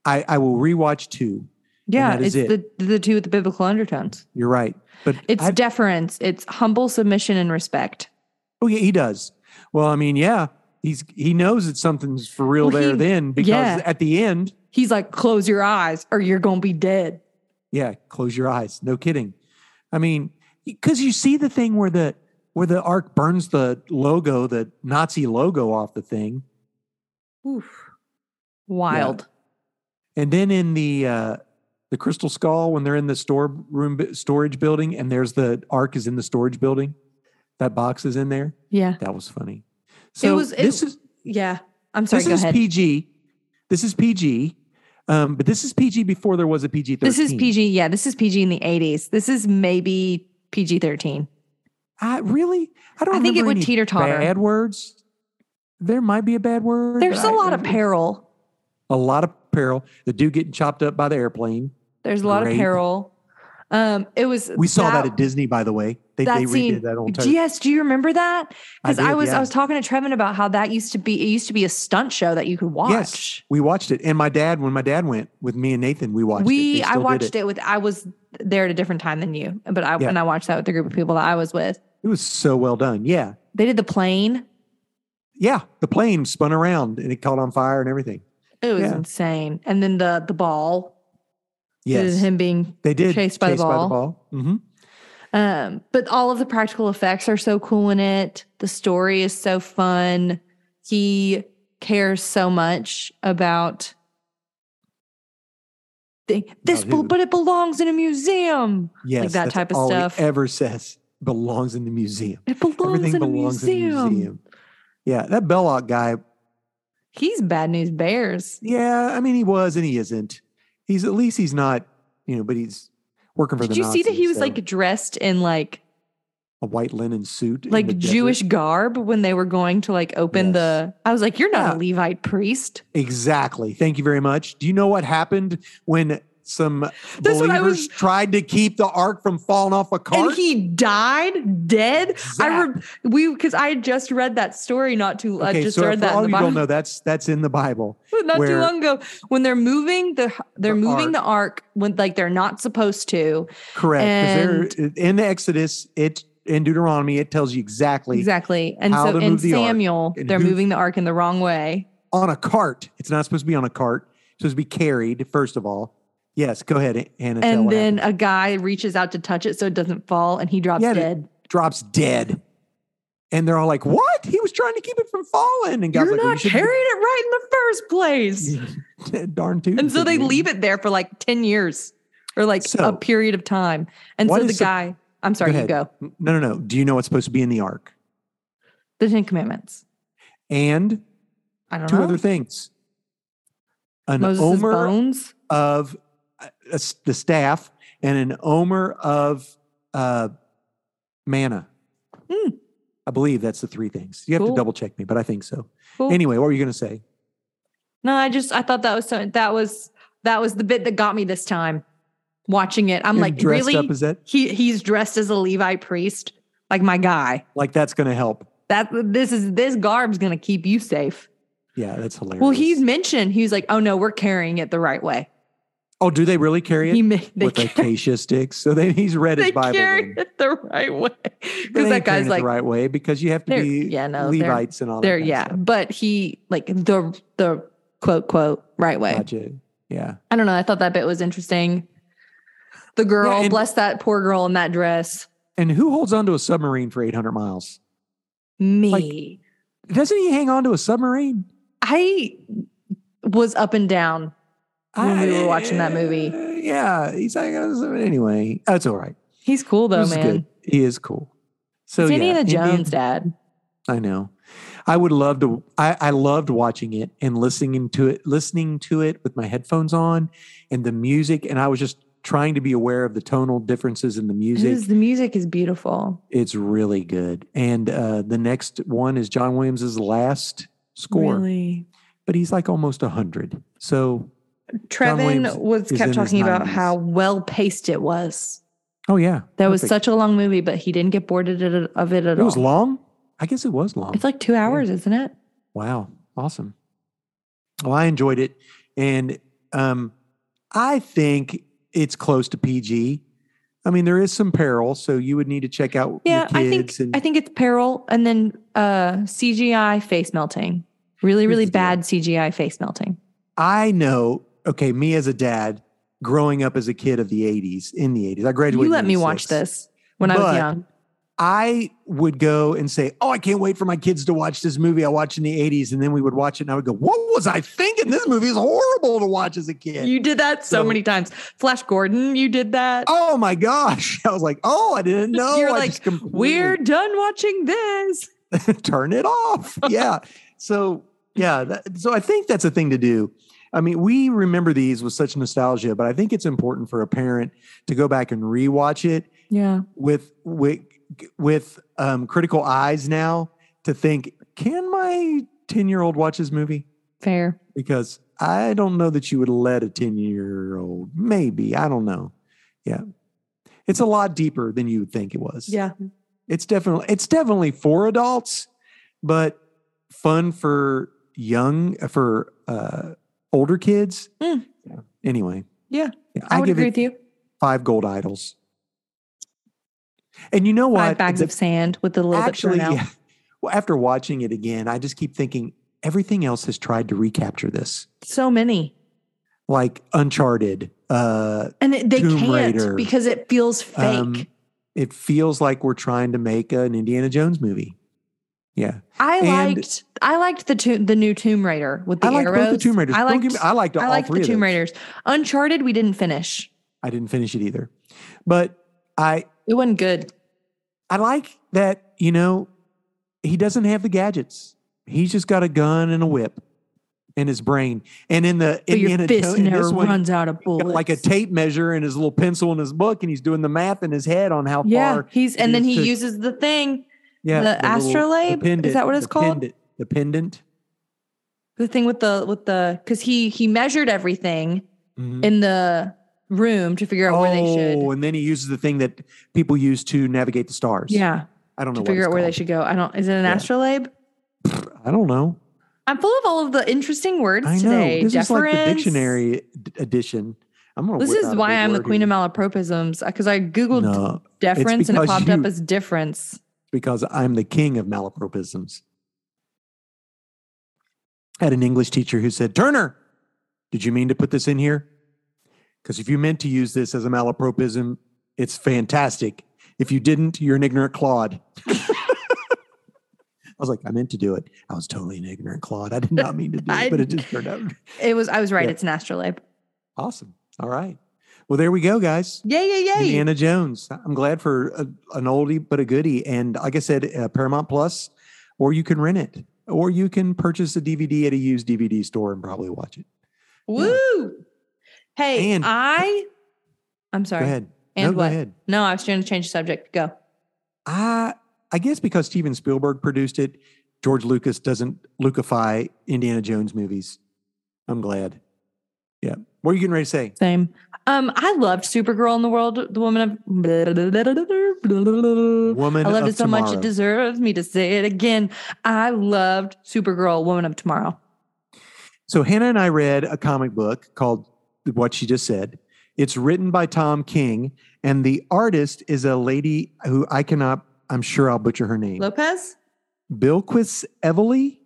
Speaker 1: I, I will rewatch two.
Speaker 2: yeah,
Speaker 1: that is
Speaker 2: it's the the two with the biblical undertones.
Speaker 1: You're right, but
Speaker 2: It's
Speaker 1: I-
Speaker 2: deference. It's humble submission and respect.
Speaker 1: Oh yeah, he does. Well, I mean, yeah, he's he knows that something's for real
Speaker 2: Well,
Speaker 1: there
Speaker 2: he-
Speaker 1: then because
Speaker 2: yeah.
Speaker 1: at the end,
Speaker 2: He's like, close your eyes or you're gonna be dead.
Speaker 1: yeah, close your eyes. No kidding. I mean, because you see the thing where the where the arc burns the logo, the Nazi logo off the thing,
Speaker 2: Oof. Wild.
Speaker 1: and then in the uh, the Crystal Skull when they're in the store room bu- storage building, and there's the arc is in the storage building. That box is in there.
Speaker 2: Yeah.
Speaker 1: That was funny. So
Speaker 2: was- it-
Speaker 1: this is.
Speaker 2: Yeah. I'm sorry,
Speaker 1: this
Speaker 2: go
Speaker 1: is
Speaker 2: ahead.
Speaker 1: PG. This is PG. Um, but this is PG before there was a PG 13.
Speaker 2: this is PG. Yeah, this is PG in the 80s. This is maybe PG 13.
Speaker 1: I, really? I don't
Speaker 2: I think it
Speaker 1: remember
Speaker 2: would
Speaker 1: any
Speaker 2: teeter totter.
Speaker 1: Bad words. There might be a bad word.
Speaker 2: There's
Speaker 1: I-
Speaker 2: a lot of peril.
Speaker 1: A lot of peril. The dude getting chopped up by the airplane.
Speaker 2: There's a lot
Speaker 1: Great.
Speaker 2: of peril. Um, it was
Speaker 1: We saw that, at Disney, by the way. They,
Speaker 2: that
Speaker 1: they redid
Speaker 2: scene.
Speaker 1: that on
Speaker 2: Do- Yes, do you remember that? Because I,
Speaker 1: did,
Speaker 2: was
Speaker 1: yeah.
Speaker 2: I was talking to Trevin about how that used to be it used to be a stunt show that you could watch.
Speaker 1: Yes, we watched it. And my dad, when my dad went with me and Nathan, we watched it.
Speaker 2: we
Speaker 1: They
Speaker 2: I
Speaker 1: still did
Speaker 2: watched
Speaker 1: it.
Speaker 2: it. with I was there at a different time than you, but I
Speaker 1: Yeah.
Speaker 2: and I watched that with the group of people that I was with.
Speaker 1: It was so well done. Yeah.
Speaker 2: They did the plane.
Speaker 1: Yeah. The plane spun around and it caught on fire and everything.
Speaker 2: It was
Speaker 1: Yeah.
Speaker 2: insane. And then the the ball.
Speaker 1: Yes.
Speaker 2: Him being
Speaker 1: They did
Speaker 2: Chased by the ball.
Speaker 1: Mhm.
Speaker 2: um, but all of the practical effects are so cool in it. The story is so fun. He cares so much about thi- this,
Speaker 1: About
Speaker 2: bel-
Speaker 1: who?
Speaker 2: but it belongs in a museum.
Speaker 1: Yes,
Speaker 2: that
Speaker 1: that's
Speaker 2: type of
Speaker 1: all he
Speaker 2: stuff.
Speaker 1: ever says belongs in the museum.
Speaker 2: It belongs,
Speaker 1: Everything
Speaker 2: in,
Speaker 1: belongs
Speaker 2: a museum.
Speaker 1: in the museum. Yeah, that Belloc guy.
Speaker 2: He's bad news bears.
Speaker 1: Yeah, I mean he was and he isn't. He's at least he's not, you know, but he's working for
Speaker 2: Did
Speaker 1: the.
Speaker 2: you see that he
Speaker 1: Nazis,
Speaker 2: was
Speaker 1: so
Speaker 2: like dressed in like
Speaker 1: a white linen suit, in the
Speaker 2: like
Speaker 1: desert.
Speaker 2: Jewish garb when they were going to like open
Speaker 1: Yes.
Speaker 2: the? I was like, you're
Speaker 1: Yeah.
Speaker 2: not a Levite priest.
Speaker 1: Exactly. Thank you very much. Do you know what happened when some
Speaker 2: That's what I
Speaker 1: believers
Speaker 2: was-
Speaker 1: tried to keep the ark from falling off a cart?
Speaker 2: and he died dead. I
Speaker 1: Zap.
Speaker 2: re- we because I had just read that story not too I
Speaker 1: okay,
Speaker 2: just
Speaker 1: so
Speaker 2: read
Speaker 1: for
Speaker 2: that
Speaker 1: all
Speaker 2: in the
Speaker 1: you
Speaker 2: Bible
Speaker 1: don't know, that's that's in the Bible.
Speaker 2: not
Speaker 1: where-
Speaker 2: too long ago when they're moving the they're
Speaker 1: The
Speaker 2: moving the ark when like they're not supposed to
Speaker 1: Correct. Because there in the Exodus, it in Deuteronomy, it tells you exactly,
Speaker 2: exactly and
Speaker 1: How
Speaker 2: so
Speaker 1: to
Speaker 2: in
Speaker 1: move the ark
Speaker 2: Samuel
Speaker 1: and
Speaker 2: they're
Speaker 1: who-
Speaker 2: moving the ark in the wrong way.
Speaker 1: on a cart. It's not supposed to be on a cart. It's supposed to be carried, first of all. Yes, go ahead, Hannah. tell
Speaker 2: And
Speaker 1: what
Speaker 2: then
Speaker 1: happened.
Speaker 2: a guy reaches out to touch it so it doesn't fall and he drops
Speaker 1: Yeah, the-
Speaker 2: dead.
Speaker 1: drops dead. And they're all like, What? He was trying to keep it from falling. And God's
Speaker 2: You're
Speaker 1: like,
Speaker 2: not carrying it right in the first place.
Speaker 1: not carrying Darn too.
Speaker 2: And so they leave it there for like 10 years or like
Speaker 1: So-
Speaker 2: a period of time. And
Speaker 1: What
Speaker 2: so the
Speaker 1: is sup-
Speaker 2: guy, I'm sorry,
Speaker 1: Go
Speaker 2: you
Speaker 1: ahead.
Speaker 2: go.
Speaker 1: No, no, no. Do you know what's supposed to be in the ark?
Speaker 2: The Ten Commandments.
Speaker 1: And
Speaker 2: I don't
Speaker 1: two
Speaker 2: know.
Speaker 1: other things an
Speaker 2: Uh-huh. Moses'
Speaker 1: omer
Speaker 2: bones.
Speaker 1: of uh, uh, s- the staff and an omer of uh, manna.
Speaker 2: Hmm.
Speaker 1: I believe that's the three things. You have to
Speaker 2: Cool.
Speaker 1: double check me, but I think so.
Speaker 2: Cool.
Speaker 1: Anyway, what were you going to say?
Speaker 2: No, I just I thought that was so that was that was the bit that got me this time. Watching it, I'm
Speaker 1: Him
Speaker 2: like,
Speaker 1: dressed
Speaker 2: really?
Speaker 1: up as that?
Speaker 2: he he's dressed as a Levite priest, like my guy.
Speaker 1: Like that's going to help.
Speaker 2: That this is this garb's gonna keep you safe.
Speaker 1: Yeah, that's hilarious.
Speaker 2: Well, he mentioned he was like, oh no, we're carrying it the right way.
Speaker 1: oh, do they really carry it
Speaker 2: He made they,
Speaker 1: with
Speaker 2: ca-
Speaker 1: acacia sticks? So then he's read his
Speaker 2: they
Speaker 1: Bible.
Speaker 2: carried
Speaker 1: then.
Speaker 2: it the right way
Speaker 1: They
Speaker 2: because that
Speaker 1: ain't carrying
Speaker 2: guy's
Speaker 1: it
Speaker 2: like,
Speaker 1: the right way because you have to
Speaker 2: They're-
Speaker 1: be
Speaker 2: yeah, no, they're-
Speaker 1: Levites and all that.
Speaker 2: there,
Speaker 1: kind of
Speaker 2: yeah.
Speaker 1: stuff.
Speaker 2: But he like the the quote quote right way.
Speaker 1: Gotcha. Yeah.
Speaker 2: I don't know. I thought that bit was interesting. The girl,
Speaker 1: and-
Speaker 2: bless that poor girl in that dress.
Speaker 1: And who holds onto a submarine for 800 miles?
Speaker 2: Me.
Speaker 1: Doesn't he hang onto a submarine?
Speaker 2: I was up and down. when we were watching that movie.
Speaker 1: Uh, Yeah, he's like uh, so anyway. That's all right.
Speaker 2: He's cool though,
Speaker 1: This is
Speaker 2: man.
Speaker 1: good. He is cool. So
Speaker 2: it's
Speaker 1: yeah,
Speaker 2: Indiana Jones,
Speaker 1: Indiana-
Speaker 2: Dad.
Speaker 1: I know. I would love to. I, I loved watching it and listening to it, listening to it with my headphones on and the music. And I was just trying to be aware of the tonal differences in the
Speaker 2: It
Speaker 1: music.
Speaker 2: is- the music is beautiful.
Speaker 1: It's really good. And uh, the next one is John Williams's last score,
Speaker 2: Really.
Speaker 1: but he's like almost 100. So, Williams
Speaker 2: Trevin was
Speaker 1: is in
Speaker 2: kept
Speaker 1: his
Speaker 2: talking about
Speaker 1: 90s.
Speaker 2: how well paced it was.
Speaker 1: oh, yeah.
Speaker 2: That was
Speaker 1: perfect.
Speaker 2: such a long movie, but he didn't get bored at it- of it at
Speaker 1: It was
Speaker 2: all.
Speaker 1: long. I guess it was long.
Speaker 2: It's like two hours, isn't it?
Speaker 1: Wow. Awesome. Well, I enjoyed it. And um, I think it's close to PG. I mean, there is some peril, so you would need to check out
Speaker 2: Yeah,
Speaker 1: your
Speaker 2: I
Speaker 1: kids.
Speaker 2: think
Speaker 1: and
Speaker 2: I think it's peril and then uh, CGI face melting. Really,
Speaker 1: Here's
Speaker 2: really
Speaker 1: the deal.
Speaker 2: bad CGI face melting.
Speaker 1: I know, okay, me as a dad, growing up as a kid of the 80s, in the 80s, I graduated.
Speaker 2: you
Speaker 1: in
Speaker 2: let me watch
Speaker 1: 86.
Speaker 2: this when I
Speaker 1: But-
Speaker 2: was young.
Speaker 1: I would go and say, Oh, I can't wait for my kids to watch this movie I watched in the 80s. And then we would watch it and I would go, What was I thinking? This movie is horrible to watch as a kid.
Speaker 2: You did that so
Speaker 1: So-
Speaker 2: many times. Flash Gordon, you did that.
Speaker 1: oh my gosh. I was like, Oh, I didn't know.
Speaker 2: You're
Speaker 1: I
Speaker 2: like,
Speaker 1: just completely
Speaker 2: We're done watching this.
Speaker 1: Turn it off. Yeah. so, yeah. That, so I think that's a thing to do. I mean, we remember these with such nostalgia, but I think it's important for a parent to go back and rewatch it
Speaker 2: Yeah.
Speaker 1: with with with um, critical eyes now to think, can my ten year old watch this movie?
Speaker 2: Fair.
Speaker 1: Because I don't know that you would let a ten year old. Maybe I don't know. Yeah, it's a lot deeper than you would think it was.
Speaker 2: Yeah.
Speaker 1: it's definitely it's definitely for adults, but fun for young for uh, older kids.
Speaker 2: Mm.
Speaker 1: Yeah. Anyway,
Speaker 2: Yeah.
Speaker 1: I,
Speaker 2: I, would
Speaker 1: give
Speaker 2: agree
Speaker 1: it
Speaker 2: with you.
Speaker 1: five gold idols. And you know what?
Speaker 2: Five bags
Speaker 1: It's a-
Speaker 2: of sand with a little
Speaker 1: actually,
Speaker 2: bit thrown out.
Speaker 1: yeah. Well, after watching it again, I just keep thinking everything else has tried to recapture this,
Speaker 2: So many.
Speaker 1: like Uncharted. Uh,
Speaker 2: And it, they
Speaker 1: Tomb
Speaker 2: can't
Speaker 1: Raider.
Speaker 2: because it feels fake.
Speaker 1: Um, it feels like we're trying to make an Indiana Jones movie. Yeah,
Speaker 2: I
Speaker 1: and-
Speaker 2: liked I liked the to, the new Tomb Raider with the
Speaker 1: I like
Speaker 2: arrows.
Speaker 1: both the Tomb Raiders.
Speaker 2: I
Speaker 1: Don't
Speaker 2: liked,
Speaker 1: get me- I liked
Speaker 2: I
Speaker 1: all
Speaker 2: liked
Speaker 1: three
Speaker 2: the
Speaker 1: of
Speaker 2: Tomb
Speaker 1: those.
Speaker 2: Raiders. Uncharted we didn't finish.
Speaker 1: I didn't finish it either, but I
Speaker 2: It wasn't good.
Speaker 1: I like that. You know, he doesn't have the gadgets. He's just got a gun and a whip, and his brain. And in the
Speaker 2: But
Speaker 1: Indiana
Speaker 2: your fist
Speaker 1: Jones, in
Speaker 2: never
Speaker 1: this one,
Speaker 2: runs out of
Speaker 1: He's got
Speaker 2: bullets.
Speaker 1: like a tape measure and his little pencil in his book, and he's doing the math in his head on how
Speaker 2: Yeah,
Speaker 1: far.
Speaker 2: he's and
Speaker 1: it
Speaker 2: then
Speaker 1: is
Speaker 2: he
Speaker 1: to-
Speaker 2: uses the thing,
Speaker 1: Yeah,
Speaker 2: the
Speaker 1: little- the
Speaker 2: astrolabe? Is that what it's
Speaker 1: the
Speaker 2: called?
Speaker 1: Pendant, the pendant.
Speaker 2: the thing with the with the because he he measured everything
Speaker 1: Mhm.
Speaker 2: in the room to figure out
Speaker 1: oh,
Speaker 2: where they should.
Speaker 1: and then he uses the thing that people use to navigate the stars.
Speaker 2: Yeah,
Speaker 1: I don't know.
Speaker 2: to
Speaker 1: what
Speaker 2: figure
Speaker 1: it's
Speaker 2: out where they
Speaker 1: called.
Speaker 2: should go. I don't. Is it an
Speaker 1: Yeah.
Speaker 2: astrolabe?
Speaker 1: I don't know.
Speaker 2: I'm full of all of the interesting words
Speaker 1: I know.
Speaker 2: today.
Speaker 1: This is like the
Speaker 2: Deference.
Speaker 1: dictionary d- edition. I'm gonna.
Speaker 2: This
Speaker 1: whip
Speaker 2: is
Speaker 1: out a
Speaker 2: why
Speaker 1: big
Speaker 2: I'm the
Speaker 1: word
Speaker 2: queen
Speaker 1: here.
Speaker 2: of malapropisms because I googled
Speaker 1: No,
Speaker 2: deference and it
Speaker 1: because
Speaker 2: popped
Speaker 1: you-
Speaker 2: up as difference.
Speaker 1: because I'm the king of malapropisms. I had an English teacher who said, Turner, did you mean to put this in here? Because if you meant to use this as a malapropism, it's fantastic. If you didn't, you're an ignorant Claude. I was like, I meant to do it. I was totally an ignorant Claude. I did not mean to do
Speaker 2: I-
Speaker 1: it, but it just turned out
Speaker 2: It was. I was right.
Speaker 1: Yeah.
Speaker 2: It's an astrolabe.
Speaker 1: awesome. All right. Well, there we go, guys.
Speaker 2: Yay! Yay! Yay!
Speaker 1: Indiana Jones. I'm glad for a, an oldie but a goodie. And like I said, uh, Paramount Plus, or you can rent it, or you can purchase a DVD at a used DVD store and probably watch it.
Speaker 2: Woo! Hey,
Speaker 1: And-
Speaker 2: I. I'm sorry.
Speaker 1: Go ahead.
Speaker 2: And
Speaker 1: no,
Speaker 2: what?
Speaker 1: go ahead.
Speaker 2: No, I was trying to change the subject. Go.
Speaker 1: I I guess because Steven Spielberg produced it, George Lucas doesn't lucify Indiana Jones movies. I'm glad. Yeah. What are you getting ready to say?
Speaker 2: Same. Um, I loved Supergirl in the world, the woman of.
Speaker 1: Woman
Speaker 2: I loved
Speaker 1: of
Speaker 2: it so
Speaker 1: tomorrow.
Speaker 2: much it deserves me to say it again. I loved Supergirl, Woman of Tomorrow.
Speaker 1: So Hannah and I read a comic book called What She Just Said. It's written by Tom King, and the artist is a lady who I cannot. I'm sure I'll butcher her name.
Speaker 2: Lopez,
Speaker 1: Bilquis Evely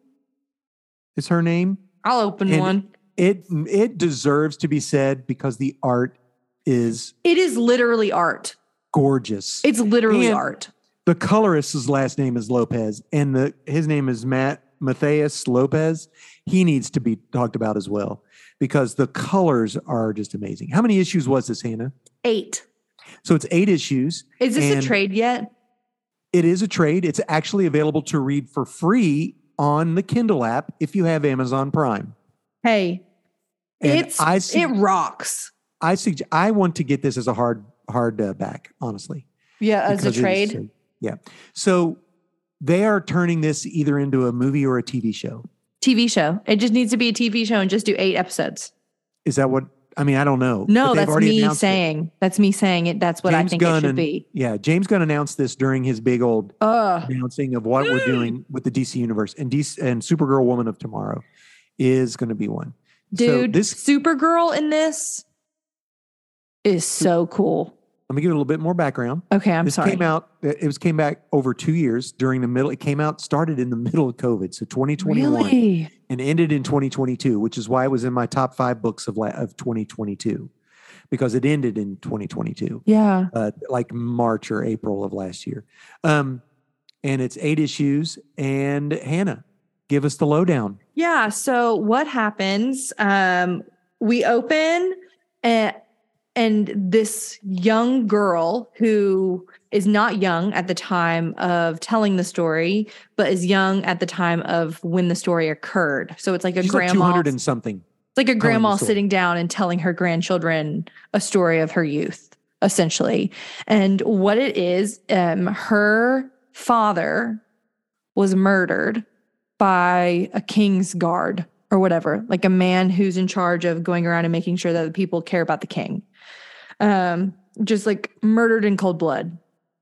Speaker 1: is her name.
Speaker 2: I'll open
Speaker 1: And-
Speaker 2: one.
Speaker 1: It it deserves to be said because the art is
Speaker 2: It is literally art.
Speaker 1: gorgeous.
Speaker 2: It's literally
Speaker 1: And-
Speaker 2: art.
Speaker 1: the colorist's last name is Lopez, and the his name is Matt Matthias Lopez. He needs to be talked about as well because the colors are just amazing. How many issues was this, Hannah?
Speaker 2: Eight.
Speaker 1: So it's eight issues.
Speaker 2: Is this
Speaker 1: And-
Speaker 2: a trade yet?
Speaker 1: It is a trade. It's actually available to read for free on the Kindle app if you have Amazon Prime.
Speaker 2: Hey,
Speaker 1: And
Speaker 2: it's
Speaker 1: I see,
Speaker 2: it rocks.
Speaker 1: I suggest I want to get this as a hard hard uh, back, honestly.
Speaker 3: Yeah, as a
Speaker 1: because it is
Speaker 3: trade.
Speaker 1: so- yeah. So they are turning this either into a movie or a TV show.
Speaker 2: TV show. It just needs to be a TV show and just do eight episodes.
Speaker 1: Is that what? I mean, I don't know. but
Speaker 2: No,
Speaker 1: they've
Speaker 2: that's
Speaker 1: already
Speaker 2: me
Speaker 1: announced it.
Speaker 2: saying. That's me saying it. That's what I
Speaker 1: James
Speaker 2: think
Speaker 1: Gunn
Speaker 2: it should
Speaker 1: and-
Speaker 2: be.
Speaker 1: Yeah, James Gunn announced this during his big old
Speaker 3: Uh,
Speaker 1: announcing of what we're doing with the DC universe and DC and Supergirl Woman of Tomorrow is going to be one. so
Speaker 2: Dude,
Speaker 1: this
Speaker 2: Supergirl in this is so cool.
Speaker 1: let me give it a little bit more background.
Speaker 2: Okay, I'm
Speaker 1: this
Speaker 2: sorry.
Speaker 1: came out. It was came back over two years during the middle. It came out started in the middle of COVID, so 2021,
Speaker 2: Really?
Speaker 1: and ended in 2022, which is why it was in my top five books of la- of 2022 because it ended in 2022.
Speaker 2: Yeah.
Speaker 1: uh, like March or April of last year. Um, and it's eight issues. And Hannah, give us the lowdown.
Speaker 2: Yeah. So what happens? Um, we open and and this young girl who is not young at the time of telling the story, but is young at the time of when the story occurred. So it's like a
Speaker 1: She's like
Speaker 2: grandma.
Speaker 1: 200 and something.
Speaker 2: It's like a
Speaker 1: the
Speaker 2: grandma
Speaker 1: story.
Speaker 2: sitting down and telling her grandchildren a story of her youth, essentially. And what it is, um, her father was murdered by a king's guard or whatever, like a man who's in charge of going around and making sure that the people care about the king. Um, just like murdered in cold blood.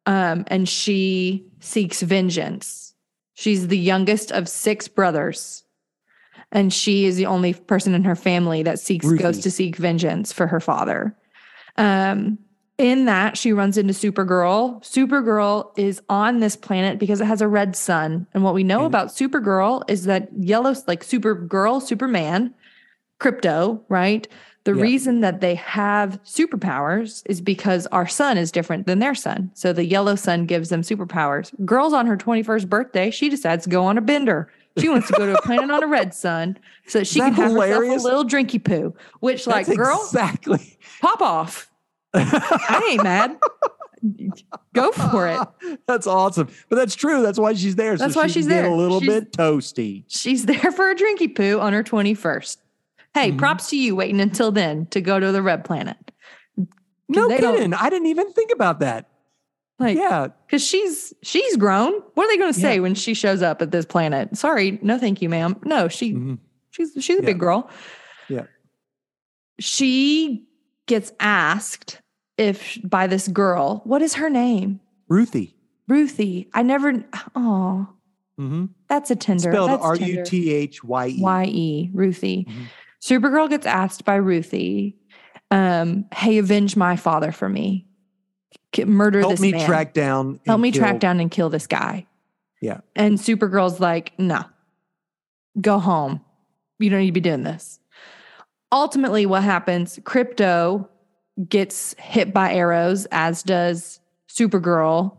Speaker 2: Um, and she seeks vengeance. She's the youngest of six brothers. And she is the only person in her family that seeks goes
Speaker 1: Ruthie.
Speaker 2: to seek vengeance for her father. Um, in that, she runs into Supergirl. Supergirl is on this planet because it has a red sun. And what we know
Speaker 1: And-
Speaker 2: about Supergirl is that yellow, like Supergirl, Superman, crypto, right? The
Speaker 1: Yeah.
Speaker 2: reason that they have superpowers is because our sun is different than their sun. So the yellow sun gives them superpowers. Girls on her 21st birthday, she decides to go on a bender. She wants to go to a planet on a red sun so that she
Speaker 1: Is
Speaker 2: can
Speaker 1: that
Speaker 2: have herself
Speaker 1: hilarious?
Speaker 2: a little drinky poo, which, like,
Speaker 1: That's
Speaker 2: girl,
Speaker 1: Exactly.
Speaker 2: pop off. I ain't mad. Go for it.
Speaker 1: That's awesome. But that's true. That's why she's there.
Speaker 2: That's
Speaker 1: so
Speaker 2: why
Speaker 1: she
Speaker 2: she's
Speaker 1: can get
Speaker 2: there.
Speaker 1: a little
Speaker 2: She's-
Speaker 1: bit toasty.
Speaker 2: She's there for a drinky poo on her 21st. Hey,
Speaker 1: Mhm.
Speaker 2: props to you waiting until then to go to the red planet.
Speaker 1: No
Speaker 2: they don't-
Speaker 1: kidding. I didn't even think about that.
Speaker 2: Like,
Speaker 1: yeah.
Speaker 2: Because she's she's grown. What are they going to say
Speaker 1: Yeah.
Speaker 2: when she shows up at this planet? Sorry, no, thank you, ma'am. No, she
Speaker 1: Mhm.
Speaker 2: she's she's a
Speaker 1: Yeah.
Speaker 2: big girl.
Speaker 1: Yeah.
Speaker 2: She gets asked if by this girl, what is her name?
Speaker 1: Ruthie.
Speaker 2: Ruthie. I never. Oh,
Speaker 1: Mm-hmm.
Speaker 2: that's a tender.
Speaker 1: Spelled
Speaker 2: that's
Speaker 1: R
Speaker 2: tender.
Speaker 1: U T H Y E.
Speaker 2: Y E Ruthie.
Speaker 1: Mhm.
Speaker 2: Supergirl gets asked by Ruthie, um, "Hey, avenge my father for me. K- Murder
Speaker 1: Help
Speaker 2: this
Speaker 1: me
Speaker 2: man.
Speaker 1: track down. and
Speaker 2: Help me track
Speaker 1: kill-
Speaker 2: down and kill this guy."
Speaker 1: Yeah.
Speaker 2: And Supergirl's like, "No, go home. You don't need to be doing this." Ultimately, what happens? Crypto gets hit by arrows, as does Supergirl.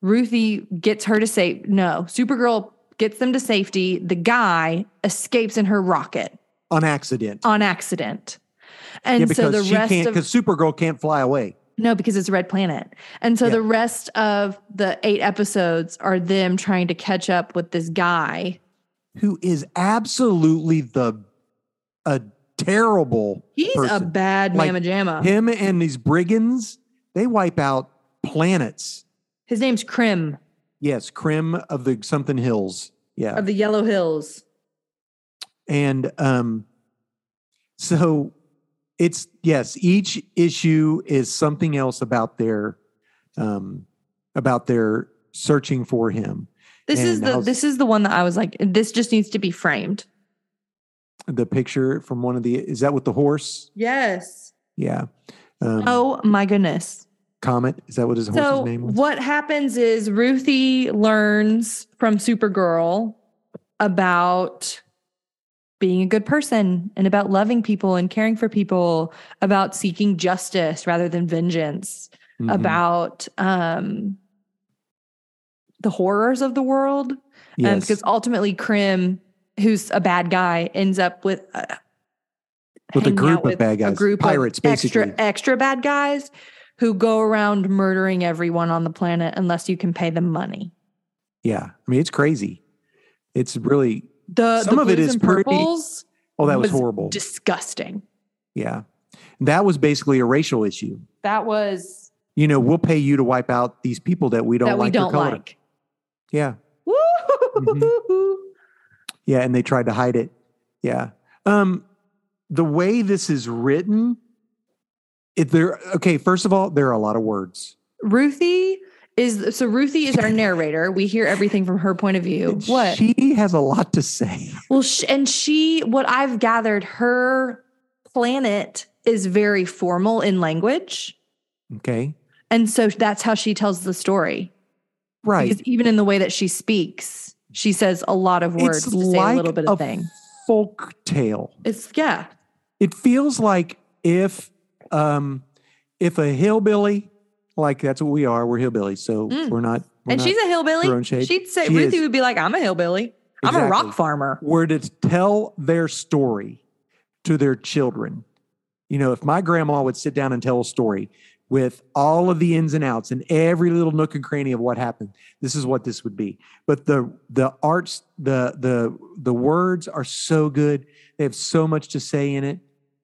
Speaker 2: Ruthie gets her to safe. No, Supergirl gets them to safety. The guy escapes in her rocket
Speaker 1: on accident.
Speaker 2: on accident.
Speaker 1: yeah,
Speaker 2: And
Speaker 1: because
Speaker 2: so the
Speaker 1: she
Speaker 2: rest
Speaker 1: can't,
Speaker 2: of
Speaker 1: because Supergirl can't fly away.
Speaker 2: no, because it's Red Planet. And so
Speaker 1: Yeah.
Speaker 2: the rest of the eight episodes are them trying to catch up with this guy.
Speaker 1: who is absolutely the a terrible
Speaker 2: He's a
Speaker 1: person.
Speaker 2: bad
Speaker 1: Like,
Speaker 2: mamma jamma.
Speaker 1: him and these brigands they wipe out planets
Speaker 2: His name's Krim
Speaker 1: yes crim of the something hills yeah
Speaker 2: of the Yellow Hills.
Speaker 1: and um so it's yes each issue is something else about their um about their searching for him
Speaker 2: This is
Speaker 1: And
Speaker 2: the
Speaker 1: how's-
Speaker 2: this is the one that I was like, this just needs to be framed.
Speaker 1: the picture from one of the is that with the horse
Speaker 2: Yes.
Speaker 1: yeah um,
Speaker 2: Oh my goodness.
Speaker 1: comet is that what his
Speaker 2: so
Speaker 1: horse's name was
Speaker 2: what happens is Ruthie learns from Supergirl about being a good person and about loving people and caring for people, about seeking justice rather than vengeance,
Speaker 1: Mhm.
Speaker 2: about um the horrors of the world. Um,
Speaker 1: yes.
Speaker 2: because ultimately Krim, who's a bad guy, ends up with uh,
Speaker 1: With a
Speaker 2: hanging
Speaker 1: group
Speaker 2: out
Speaker 1: of bad
Speaker 2: a
Speaker 1: guys,
Speaker 2: group
Speaker 1: pirates,
Speaker 2: of extra
Speaker 1: basically.
Speaker 2: extra bad guys who go around murdering everyone on the planet unless you can pay them money.
Speaker 1: Yeah, I mean it's crazy. It's really.
Speaker 2: The
Speaker 1: Some
Speaker 2: the
Speaker 1: of it
Speaker 2: blues
Speaker 1: is
Speaker 2: and
Speaker 1: pretty-
Speaker 2: purples
Speaker 1: Oh, that was,
Speaker 2: Was
Speaker 1: horrible.
Speaker 2: disgusting.
Speaker 1: yeah, That was basically a racial issue.
Speaker 2: That was
Speaker 1: You know, we'll pay you to wipe out these people that we don't
Speaker 2: that
Speaker 1: like
Speaker 2: we
Speaker 1: their
Speaker 2: don't
Speaker 1: color.
Speaker 2: like.
Speaker 1: Yeah.
Speaker 2: Woo!
Speaker 1: Mm-hmm. Yeah, and they tried to hide it. Yeah. Um the way this is written, if there okay, first of all, there are a lot of words.
Speaker 2: Ruthie is so Ruthie is our narrator. We hear everything from her point of view.
Speaker 1: And
Speaker 2: What?
Speaker 1: She has a lot to say.
Speaker 2: well, sh- and she what I've gathered her planet is very formal in language.
Speaker 1: Okay.
Speaker 2: And so that's how she tells the story.
Speaker 1: Right.
Speaker 2: Because even in the way that she speaks, she says a lot of words to say a little bit of thing.
Speaker 1: folk tale.
Speaker 2: It's yeah.
Speaker 1: It feels like if um if a hillbilly, like that's what we are, we're hillbillies, so
Speaker 2: Mm.
Speaker 1: we're not we're
Speaker 2: and
Speaker 1: not-
Speaker 2: she's a
Speaker 1: throwing
Speaker 2: hillbilly.
Speaker 1: shade.
Speaker 2: She'd say
Speaker 1: She
Speaker 2: Ruthie
Speaker 1: is.
Speaker 2: would be like, I'm a hillbilly. I'm a
Speaker 1: Exactly.
Speaker 2: rock farmer.
Speaker 1: were to tell their story to their children, you know, if my grandma would sit down and tell a story with all of the ins and outs and every little nook and cranny of what happened, this is what this would be. But the the arts, the the the words are so good. They have so much to say in it.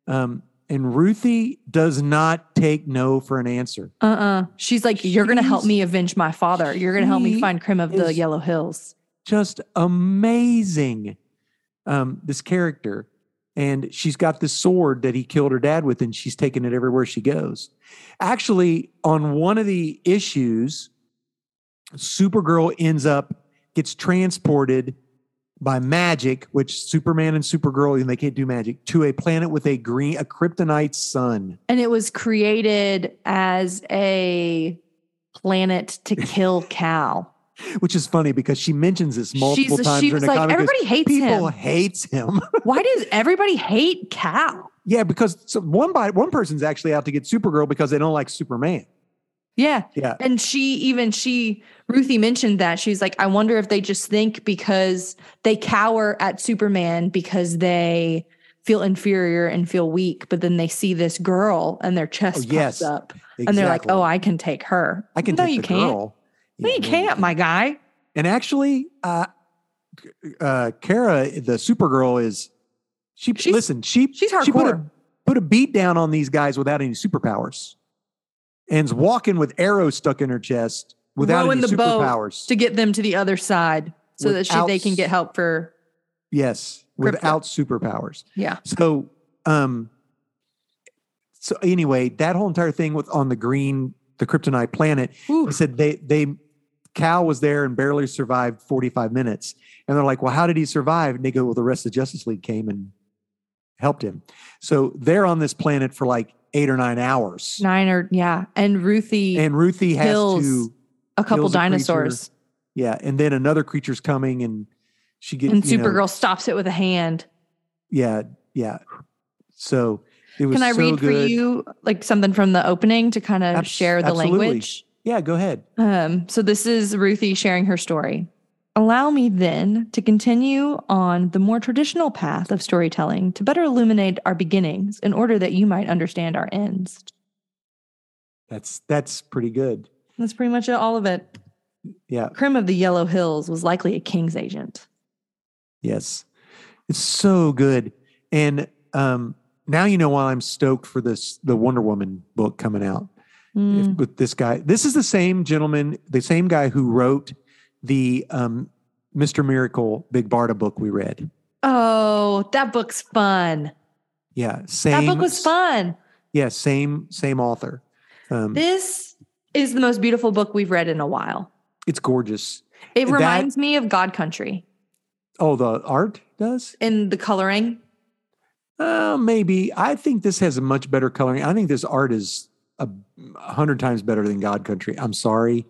Speaker 1: Um, and Ruthie does not take no for an answer.
Speaker 2: Uh-uh. She's like, You're gonna help
Speaker 1: She's-
Speaker 2: me avenge my father. You're gonna help me
Speaker 1: she
Speaker 2: find Crim of the
Speaker 1: is-
Speaker 2: Yellow Hills.
Speaker 1: just amazing. Um, this character, and she's got this sword that he killed her dad with, and she's taking it everywhere she goes. Actually, on one of the issues, Supergirl ends up gets transported by magic, which Superman and Supergirl and they can't do magic to a planet with a green a kryptonite sun.
Speaker 2: And it was created as a planet to kill Cal.
Speaker 1: Which is funny because she mentions this multiple
Speaker 2: She's,
Speaker 1: times
Speaker 2: she
Speaker 1: during
Speaker 2: was
Speaker 1: the
Speaker 2: like,
Speaker 1: comic. is,
Speaker 2: everybody hates
Speaker 1: People
Speaker 2: him.
Speaker 1: hates him.
Speaker 2: Why does everybody hate Cal?
Speaker 1: Yeah, because so one by one person's actually out to get Supergirl because they don't like Superman.
Speaker 2: Yeah.
Speaker 1: Yeah.
Speaker 2: And she even she Ruthie mentioned that. She's like, I wonder if they just think because they cower at Superman because they feel inferior and feel weak, but then they see this girl and their chest
Speaker 1: Oh,
Speaker 2: pops
Speaker 1: yes.
Speaker 2: up. And they're like,
Speaker 1: Exactly.
Speaker 2: Oh, I can take her.
Speaker 1: I can
Speaker 2: no,
Speaker 1: take
Speaker 2: you
Speaker 1: the
Speaker 2: can't.
Speaker 1: girl.
Speaker 2: No,
Speaker 1: Yeah,
Speaker 2: you can't, my guy.
Speaker 1: And actually, uh, uh, Kara, the Supergirl, is she?
Speaker 2: She's-
Speaker 1: listen, she
Speaker 2: She's
Speaker 1: She put
Speaker 2: hardcore.
Speaker 1: a put a beat down on these guys without any superpowers, and's walking with arrows stuck in her chest without
Speaker 2: Rowing
Speaker 1: any
Speaker 2: the boat
Speaker 1: superpowers.
Speaker 2: to get them to the other side so that
Speaker 1: Without
Speaker 2: she they can get help for
Speaker 1: yes,
Speaker 2: Crypto.
Speaker 1: without superpowers.
Speaker 2: yeah.
Speaker 1: So, um, so anyway, that whole entire thing with on the green, the kryptonite planet,
Speaker 2: Ooh.
Speaker 1: he said they they Cal was there and barely survived 45 minutes. And they're like, Well, how did he survive? And they go, Well, the rest of the Justice League came and helped him. So they're on this planet for like eight or nine hours.
Speaker 2: Nine or yeah. And Ruthie
Speaker 1: And Ruthie has
Speaker 2: Kills
Speaker 1: to
Speaker 2: a couple
Speaker 1: kills a creature.
Speaker 2: dinosaurs.
Speaker 1: Yeah. And then another creature's coming and she gets
Speaker 2: and
Speaker 1: you know,
Speaker 2: Supergirl stops it with a hand.
Speaker 1: yeah, yeah. So it was
Speaker 2: Can I
Speaker 1: so
Speaker 2: read for
Speaker 1: good.
Speaker 2: you like something from the opening to kind of
Speaker 1: Abs-
Speaker 2: share the
Speaker 1: absolutely.
Speaker 2: language?
Speaker 1: Yeah, go ahead.
Speaker 2: Um, so this is Ruthie sharing her story. Allow me then to continue on the more traditional path of storytelling to better illuminate our beginnings in order that you might understand our ends.
Speaker 1: That's that's pretty good.
Speaker 2: That's pretty much it, all of it.
Speaker 1: Yeah.
Speaker 2: Crim of the Yellow Hills was likely a king's agent.
Speaker 1: Yes. It's so good. And um now you know why I'm stoked for this the Wonder Woman book coming out if-
Speaker 2: Mm,
Speaker 1: with this guy. This is the same gentleman, the same guy who wrote the um Mr. Miracle Big Barda book we read.
Speaker 2: Oh, that book's fun.
Speaker 1: Yeah. Same
Speaker 2: that book was fun.
Speaker 1: Yeah, same, same author. Um
Speaker 2: This is the most beautiful book we've read in a while.
Speaker 1: it's gorgeous.
Speaker 2: It
Speaker 1: That-
Speaker 2: reminds me of God Country
Speaker 1: Oh, the art does?
Speaker 2: in the coloring.
Speaker 1: Uh, maybe. I think this has a much better coloring. I think this art is a a hundred times better than God Country. I'm sorry.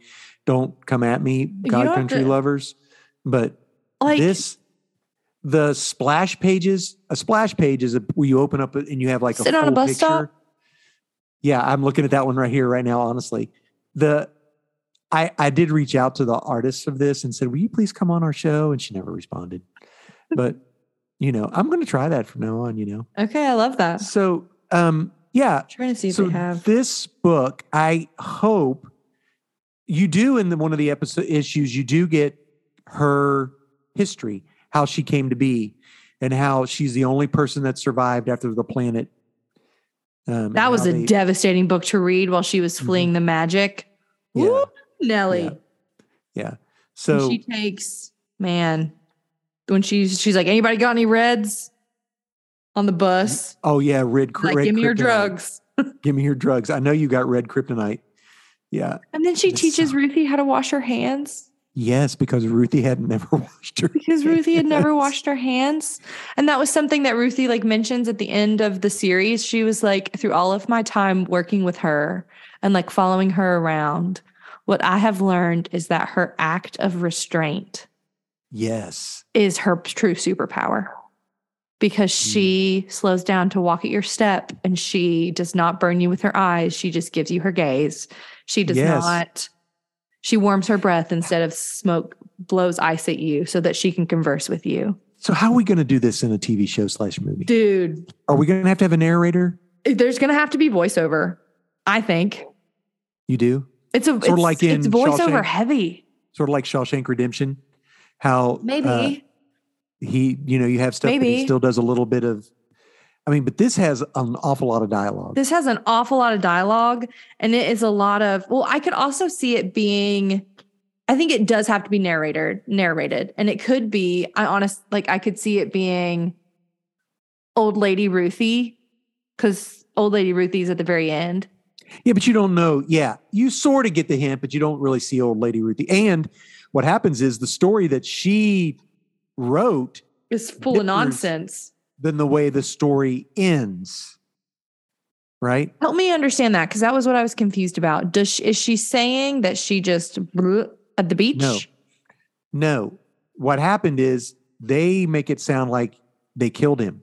Speaker 1: Don't come at me,
Speaker 2: don't
Speaker 1: God
Speaker 2: have
Speaker 1: Country
Speaker 2: to-
Speaker 1: lovers. But
Speaker 2: Like
Speaker 1: this, the splash pages, a splash page is a, where you open up and you have like a
Speaker 2: Sit on a
Speaker 1: full
Speaker 2: bus
Speaker 1: picture.
Speaker 2: stop?
Speaker 1: Yeah, I'm looking at that one right here, right now, honestly. The I, I did reach out to the artist of this and said, Will you please come on our show? And she never responded. But, you know, I'm going to try that from now on, you know.
Speaker 2: Okay, I love that.
Speaker 1: So, um, yeah.
Speaker 2: trying to see if
Speaker 1: so
Speaker 2: they have.
Speaker 1: this book, I hope you do in the, one of the episode issues. You do get her history, how she came to be, and how she's the only person that survived after the planet Um, and
Speaker 2: That was
Speaker 1: how
Speaker 2: a
Speaker 1: they-
Speaker 2: devastating book to read while she was fleeing the magic.
Speaker 1: Mm-hmm. Yeah.
Speaker 2: Woo, Nelly.
Speaker 1: Yeah. Yeah.
Speaker 2: And
Speaker 1: So
Speaker 2: she takes man when she's she's like, anybody got any reds on the bus?
Speaker 1: oh yeah, red, cr-
Speaker 2: Like,
Speaker 1: red
Speaker 2: give me your
Speaker 1: kryptonite.
Speaker 2: drugs.
Speaker 1: Give me your drugs. I know you got red kryptonite. Yeah.
Speaker 2: And then she
Speaker 1: This
Speaker 2: teaches
Speaker 1: sucks.
Speaker 2: Ruthie how to wash her hands
Speaker 1: Yes, because Ruthie had never washed her.
Speaker 2: because Ruthie had never
Speaker 1: Yes.
Speaker 2: washed her hands. And that was something that Ruthie like mentions at the end of the series. She was like, through all of my time working with her and like following her around, what I have learned is that her act of restraint
Speaker 1: Yes.
Speaker 2: is her true superpower because
Speaker 1: Hmm.
Speaker 2: she slows down to walk at your step and she does not burn you with her eyes. She just gives you her gaze. She does
Speaker 1: Yes.
Speaker 2: not, she warms her breath instead of smoke blows ice at you so that she can converse with you.
Speaker 1: So how are we going to do this in a TV show slash movie?
Speaker 2: Dude,
Speaker 1: Are we going to have to have a narrator?
Speaker 2: there's going to have to be voiceover, I think.
Speaker 1: You do
Speaker 2: It's a
Speaker 1: Sorta
Speaker 2: it's,
Speaker 1: like
Speaker 2: it's
Speaker 1: in
Speaker 2: voiceover
Speaker 1: Shawshank?
Speaker 2: heavy.
Speaker 1: sort of like Shawshank Redemption, how
Speaker 2: Maybe.
Speaker 1: uh, he you know you have stuff that
Speaker 2: Maybe.
Speaker 1: he still does a little bit of. I mean, but this has an awful lot of dialogue.
Speaker 2: This has an awful lot of dialogue and it is a lot of well, I could also see it being I think it does have to be narrated narrated. And it could be, I honest like I could see it being old lady Ruthie, because old lady Ruthie's at the very end.
Speaker 1: Yeah, but you don't know. Yeah, you sort of get the hint, but you don't really see old lady Ruthie. And what happens is the story that she wrote,
Speaker 2: It's full
Speaker 1: Different.
Speaker 2: of nonsense.
Speaker 1: then the way the story ends, right?
Speaker 2: Help me understand that because that was what I was confused about. Does she, is she saying that she just blew at the beach?
Speaker 1: No. No, what happened is they make it sound like they killed him,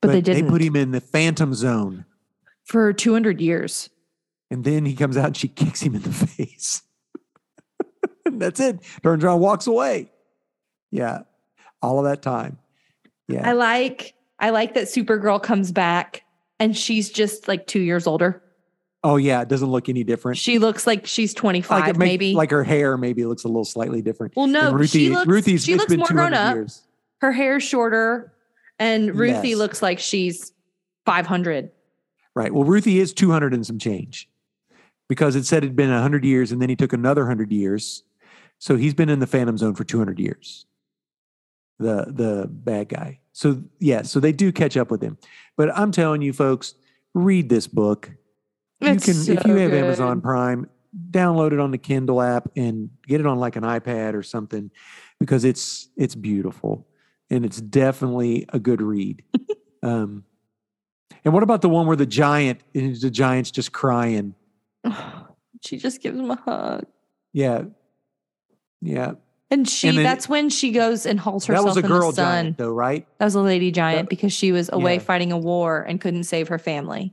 Speaker 2: but, they didn't
Speaker 1: They put him in the phantom zone,
Speaker 2: for 200 years.
Speaker 1: and then he comes out and she kicks him in the face. That's it. Turns around, walks away. Yeah, all of that time. Yeah.
Speaker 2: I like I like that Supergirl comes back and she's just like two years older.
Speaker 1: oh yeah, it doesn't look any different.
Speaker 2: She looks like she's twenty five,
Speaker 1: it make-
Speaker 2: maybe.
Speaker 1: like her hair maybe looks a little slightly different.
Speaker 2: well,
Speaker 1: And
Speaker 2: no, she looks
Speaker 1: Ruthie's
Speaker 2: she
Speaker 1: it's
Speaker 2: looks
Speaker 1: been
Speaker 2: more grown
Speaker 1: 200
Speaker 2: up.
Speaker 1: Years.
Speaker 2: Her hair's shorter, and Ruthie
Speaker 1: Yes.
Speaker 2: looks like she's five hundred.
Speaker 1: Right. Well, Ruthie is 200 and some change because it said it'd been 100 years and then he took another 100 years. So he's been in the Phantom Zone for 200 years. The the bad guy. So yeah, so they do catch up with him. But I'm telling you folks, read this book. you can if you have Amazon Prime, download it on the Kindle app and get it on like an iPad or something because it's it's beautiful and it's definitely a good read. um, and what about the one where the giant is the giant's just crying?
Speaker 2: she just gives him a hug,
Speaker 1: Yeah, yeah.
Speaker 2: and she
Speaker 1: And then-
Speaker 2: that's when she goes and hauls
Speaker 1: that
Speaker 2: herself
Speaker 1: was a
Speaker 2: in
Speaker 1: girl
Speaker 2: the sun.
Speaker 1: giant though, right?
Speaker 2: That was a lady giant
Speaker 1: That-
Speaker 2: because she was away
Speaker 1: Yeah.
Speaker 2: fighting a war and couldn't save her family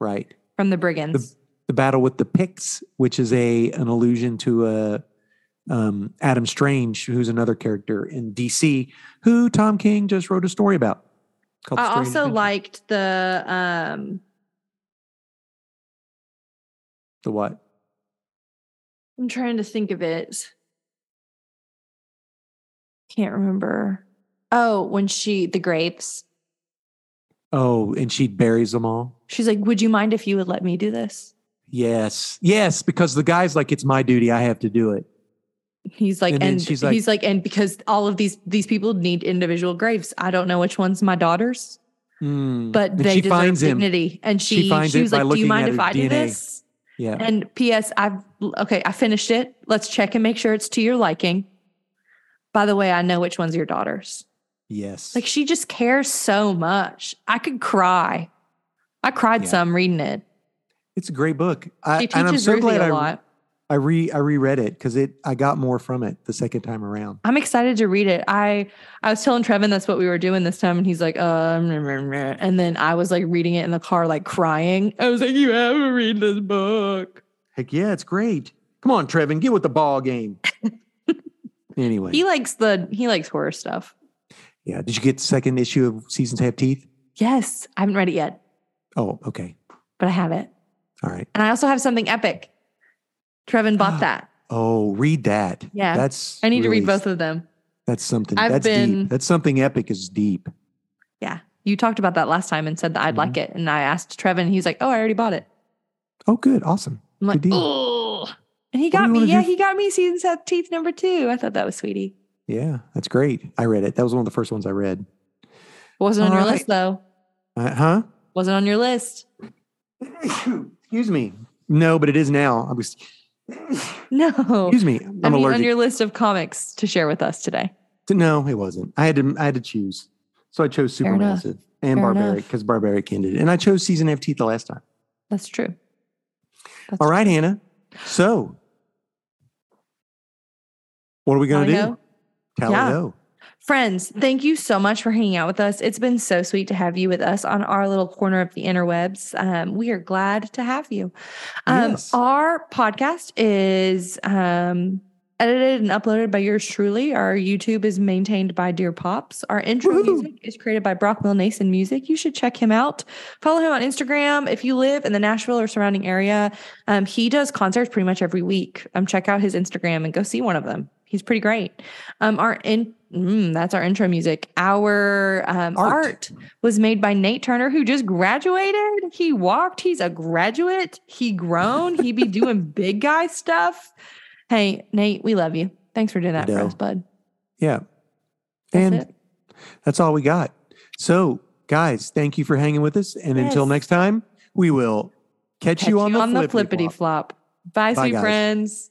Speaker 1: Right.
Speaker 2: from the brigands.
Speaker 1: The battle with the Picts, which is a an allusion to a. Um, Adam Strange, who's another character in DC, who Tom King just wrote a story about. called
Speaker 2: I
Speaker 1: Strange
Speaker 2: also
Speaker 1: Adventures.
Speaker 2: liked the um
Speaker 1: The what?
Speaker 2: I'm trying to think of it. Can't remember. Oh, when she the grapes.
Speaker 1: Oh, and she buries them all?
Speaker 2: She's like, "Would you mind if you would let me do this?"
Speaker 1: Yes. Yes, because the guy's like, it's my duty. I have to do it.
Speaker 2: He's like,
Speaker 1: And
Speaker 2: and,
Speaker 1: then she's like-
Speaker 2: he's like, and because all of these these people need individual graves. I don't know which one's my daughter's,
Speaker 1: Mm.
Speaker 2: but
Speaker 1: And
Speaker 2: they
Speaker 1: she
Speaker 2: deserve
Speaker 1: finds him.
Speaker 2: dignity. And
Speaker 1: She
Speaker 2: she she,
Speaker 1: finds it
Speaker 2: was
Speaker 1: by
Speaker 2: like, "Do you
Speaker 1: looking
Speaker 2: mind
Speaker 1: at
Speaker 2: if
Speaker 1: her
Speaker 2: I do
Speaker 1: DNA.
Speaker 2: this?"
Speaker 1: Yeah.
Speaker 2: And P.S. I've okay, I finished it. Let's check and make sure it's to your liking. By the way, I know which one's your daughter's.
Speaker 1: Yes.
Speaker 2: Like she just cares so much. I could cry. I cried
Speaker 1: Yeah.
Speaker 2: some reading it.
Speaker 1: it's a great book. I,
Speaker 2: She
Speaker 1: and I'm
Speaker 2: teaches
Speaker 1: so
Speaker 2: Ruthie
Speaker 1: glad
Speaker 2: a
Speaker 1: I,
Speaker 2: lot.
Speaker 1: I re I reread it because it I got more from it the second time around.
Speaker 2: I'm excited to read it. I I was telling Trevin that's what we were doing this time, and he's like, um, and then I was like reading it in the car, like crying. I was like, you haven't read this book.
Speaker 1: Heck yeah, it's great. Come on, Trevin, get with the ball game. anyway.
Speaker 2: He likes the he likes horror stuff.
Speaker 1: yeah. Did you get the second issue of Seasons Have Teeth?
Speaker 2: Yes, I haven't read it yet,
Speaker 1: Oh, okay.
Speaker 2: but I have it,
Speaker 1: All right.
Speaker 2: and I also have something epic. Trevin bought that.
Speaker 1: Oh, read that.
Speaker 2: Yeah.
Speaker 1: That's
Speaker 2: I need to
Speaker 1: really-
Speaker 2: read both of them.
Speaker 1: That's something
Speaker 2: I've
Speaker 1: that's
Speaker 2: been-
Speaker 1: deep. That's something epic is deep.
Speaker 2: Yeah. You talked about that last time and said that I'd
Speaker 1: Mm-hmm.
Speaker 2: like it. And I asked Trevin, he's like, Oh, I already bought it.
Speaker 1: Oh, good. Awesome.
Speaker 2: I'm like,
Speaker 1: Good deal.
Speaker 2: Oh. And he
Speaker 1: do you
Speaker 2: got me.
Speaker 1: wanna do
Speaker 2: Yeah,
Speaker 1: f-
Speaker 2: he got me season set teeth number two. I thought that was sweetie.
Speaker 1: Yeah, that's great. I read it. That was one of the first ones I read.
Speaker 2: Wasn't on
Speaker 1: All
Speaker 2: your
Speaker 1: right.
Speaker 2: list though.
Speaker 1: Uh, huh?
Speaker 2: Wasn't on your list.
Speaker 1: Excuse me. No, but it is now. I was,
Speaker 2: No.
Speaker 1: excuse me.
Speaker 2: Oh, I
Speaker 1: I'm
Speaker 2: mean, on
Speaker 1: allergic.
Speaker 2: your list of comics to share with us today.
Speaker 1: to- no, it wasn't. I had to. I had to choose. So I chose
Speaker 2: Fair enough.
Speaker 1: Supermassive and
Speaker 2: Fair
Speaker 1: Barbaric
Speaker 2: enough.
Speaker 1: because Barbaric ended, and I chose Season of Teeth the last time.
Speaker 2: That's true. That's
Speaker 1: All right, Hannah. So, what are we going to do?
Speaker 2: Tally-ho?
Speaker 1: Tally
Speaker 2: Yeah.
Speaker 1: ho.
Speaker 2: Friends, thank you so much for hanging out with us. It's been so sweet to have you with us on our little corner of the interwebs. Um, we are glad to have you. Um,
Speaker 1: Yes.
Speaker 2: Our podcast is um, edited and uploaded by yours truly. Our YouTube is maintained by Dear Pops. Our intro
Speaker 1: Woohoo.
Speaker 2: music is created by Brockwell Nason Music. You should check him out. Follow him on Instagram if you live in the Nashville or surrounding area. Um, he does concerts pretty much every week. Um, check out his Instagram and go see one of them. He's pretty great. Um, our in mm, that's our intro music. Our um,
Speaker 1: Art.
Speaker 2: art was made by Nate Turner, who just graduated. He walked. He's a graduate. He grown. He be doing big guy stuff. Hey, Nate, we love you. Thanks for doing that for
Speaker 1: do.
Speaker 2: us, bud.
Speaker 1: Yeah.
Speaker 2: That's
Speaker 1: and
Speaker 2: it.
Speaker 1: that's all we got. So, guys, thank you for hanging with us. And until
Speaker 2: Yes.
Speaker 1: next time, we will catch,
Speaker 2: Catch
Speaker 1: you on the
Speaker 2: on the
Speaker 1: flippity
Speaker 2: flippity flop. Bye,
Speaker 1: Bye,
Speaker 2: sweet
Speaker 1: guys.
Speaker 2: friends.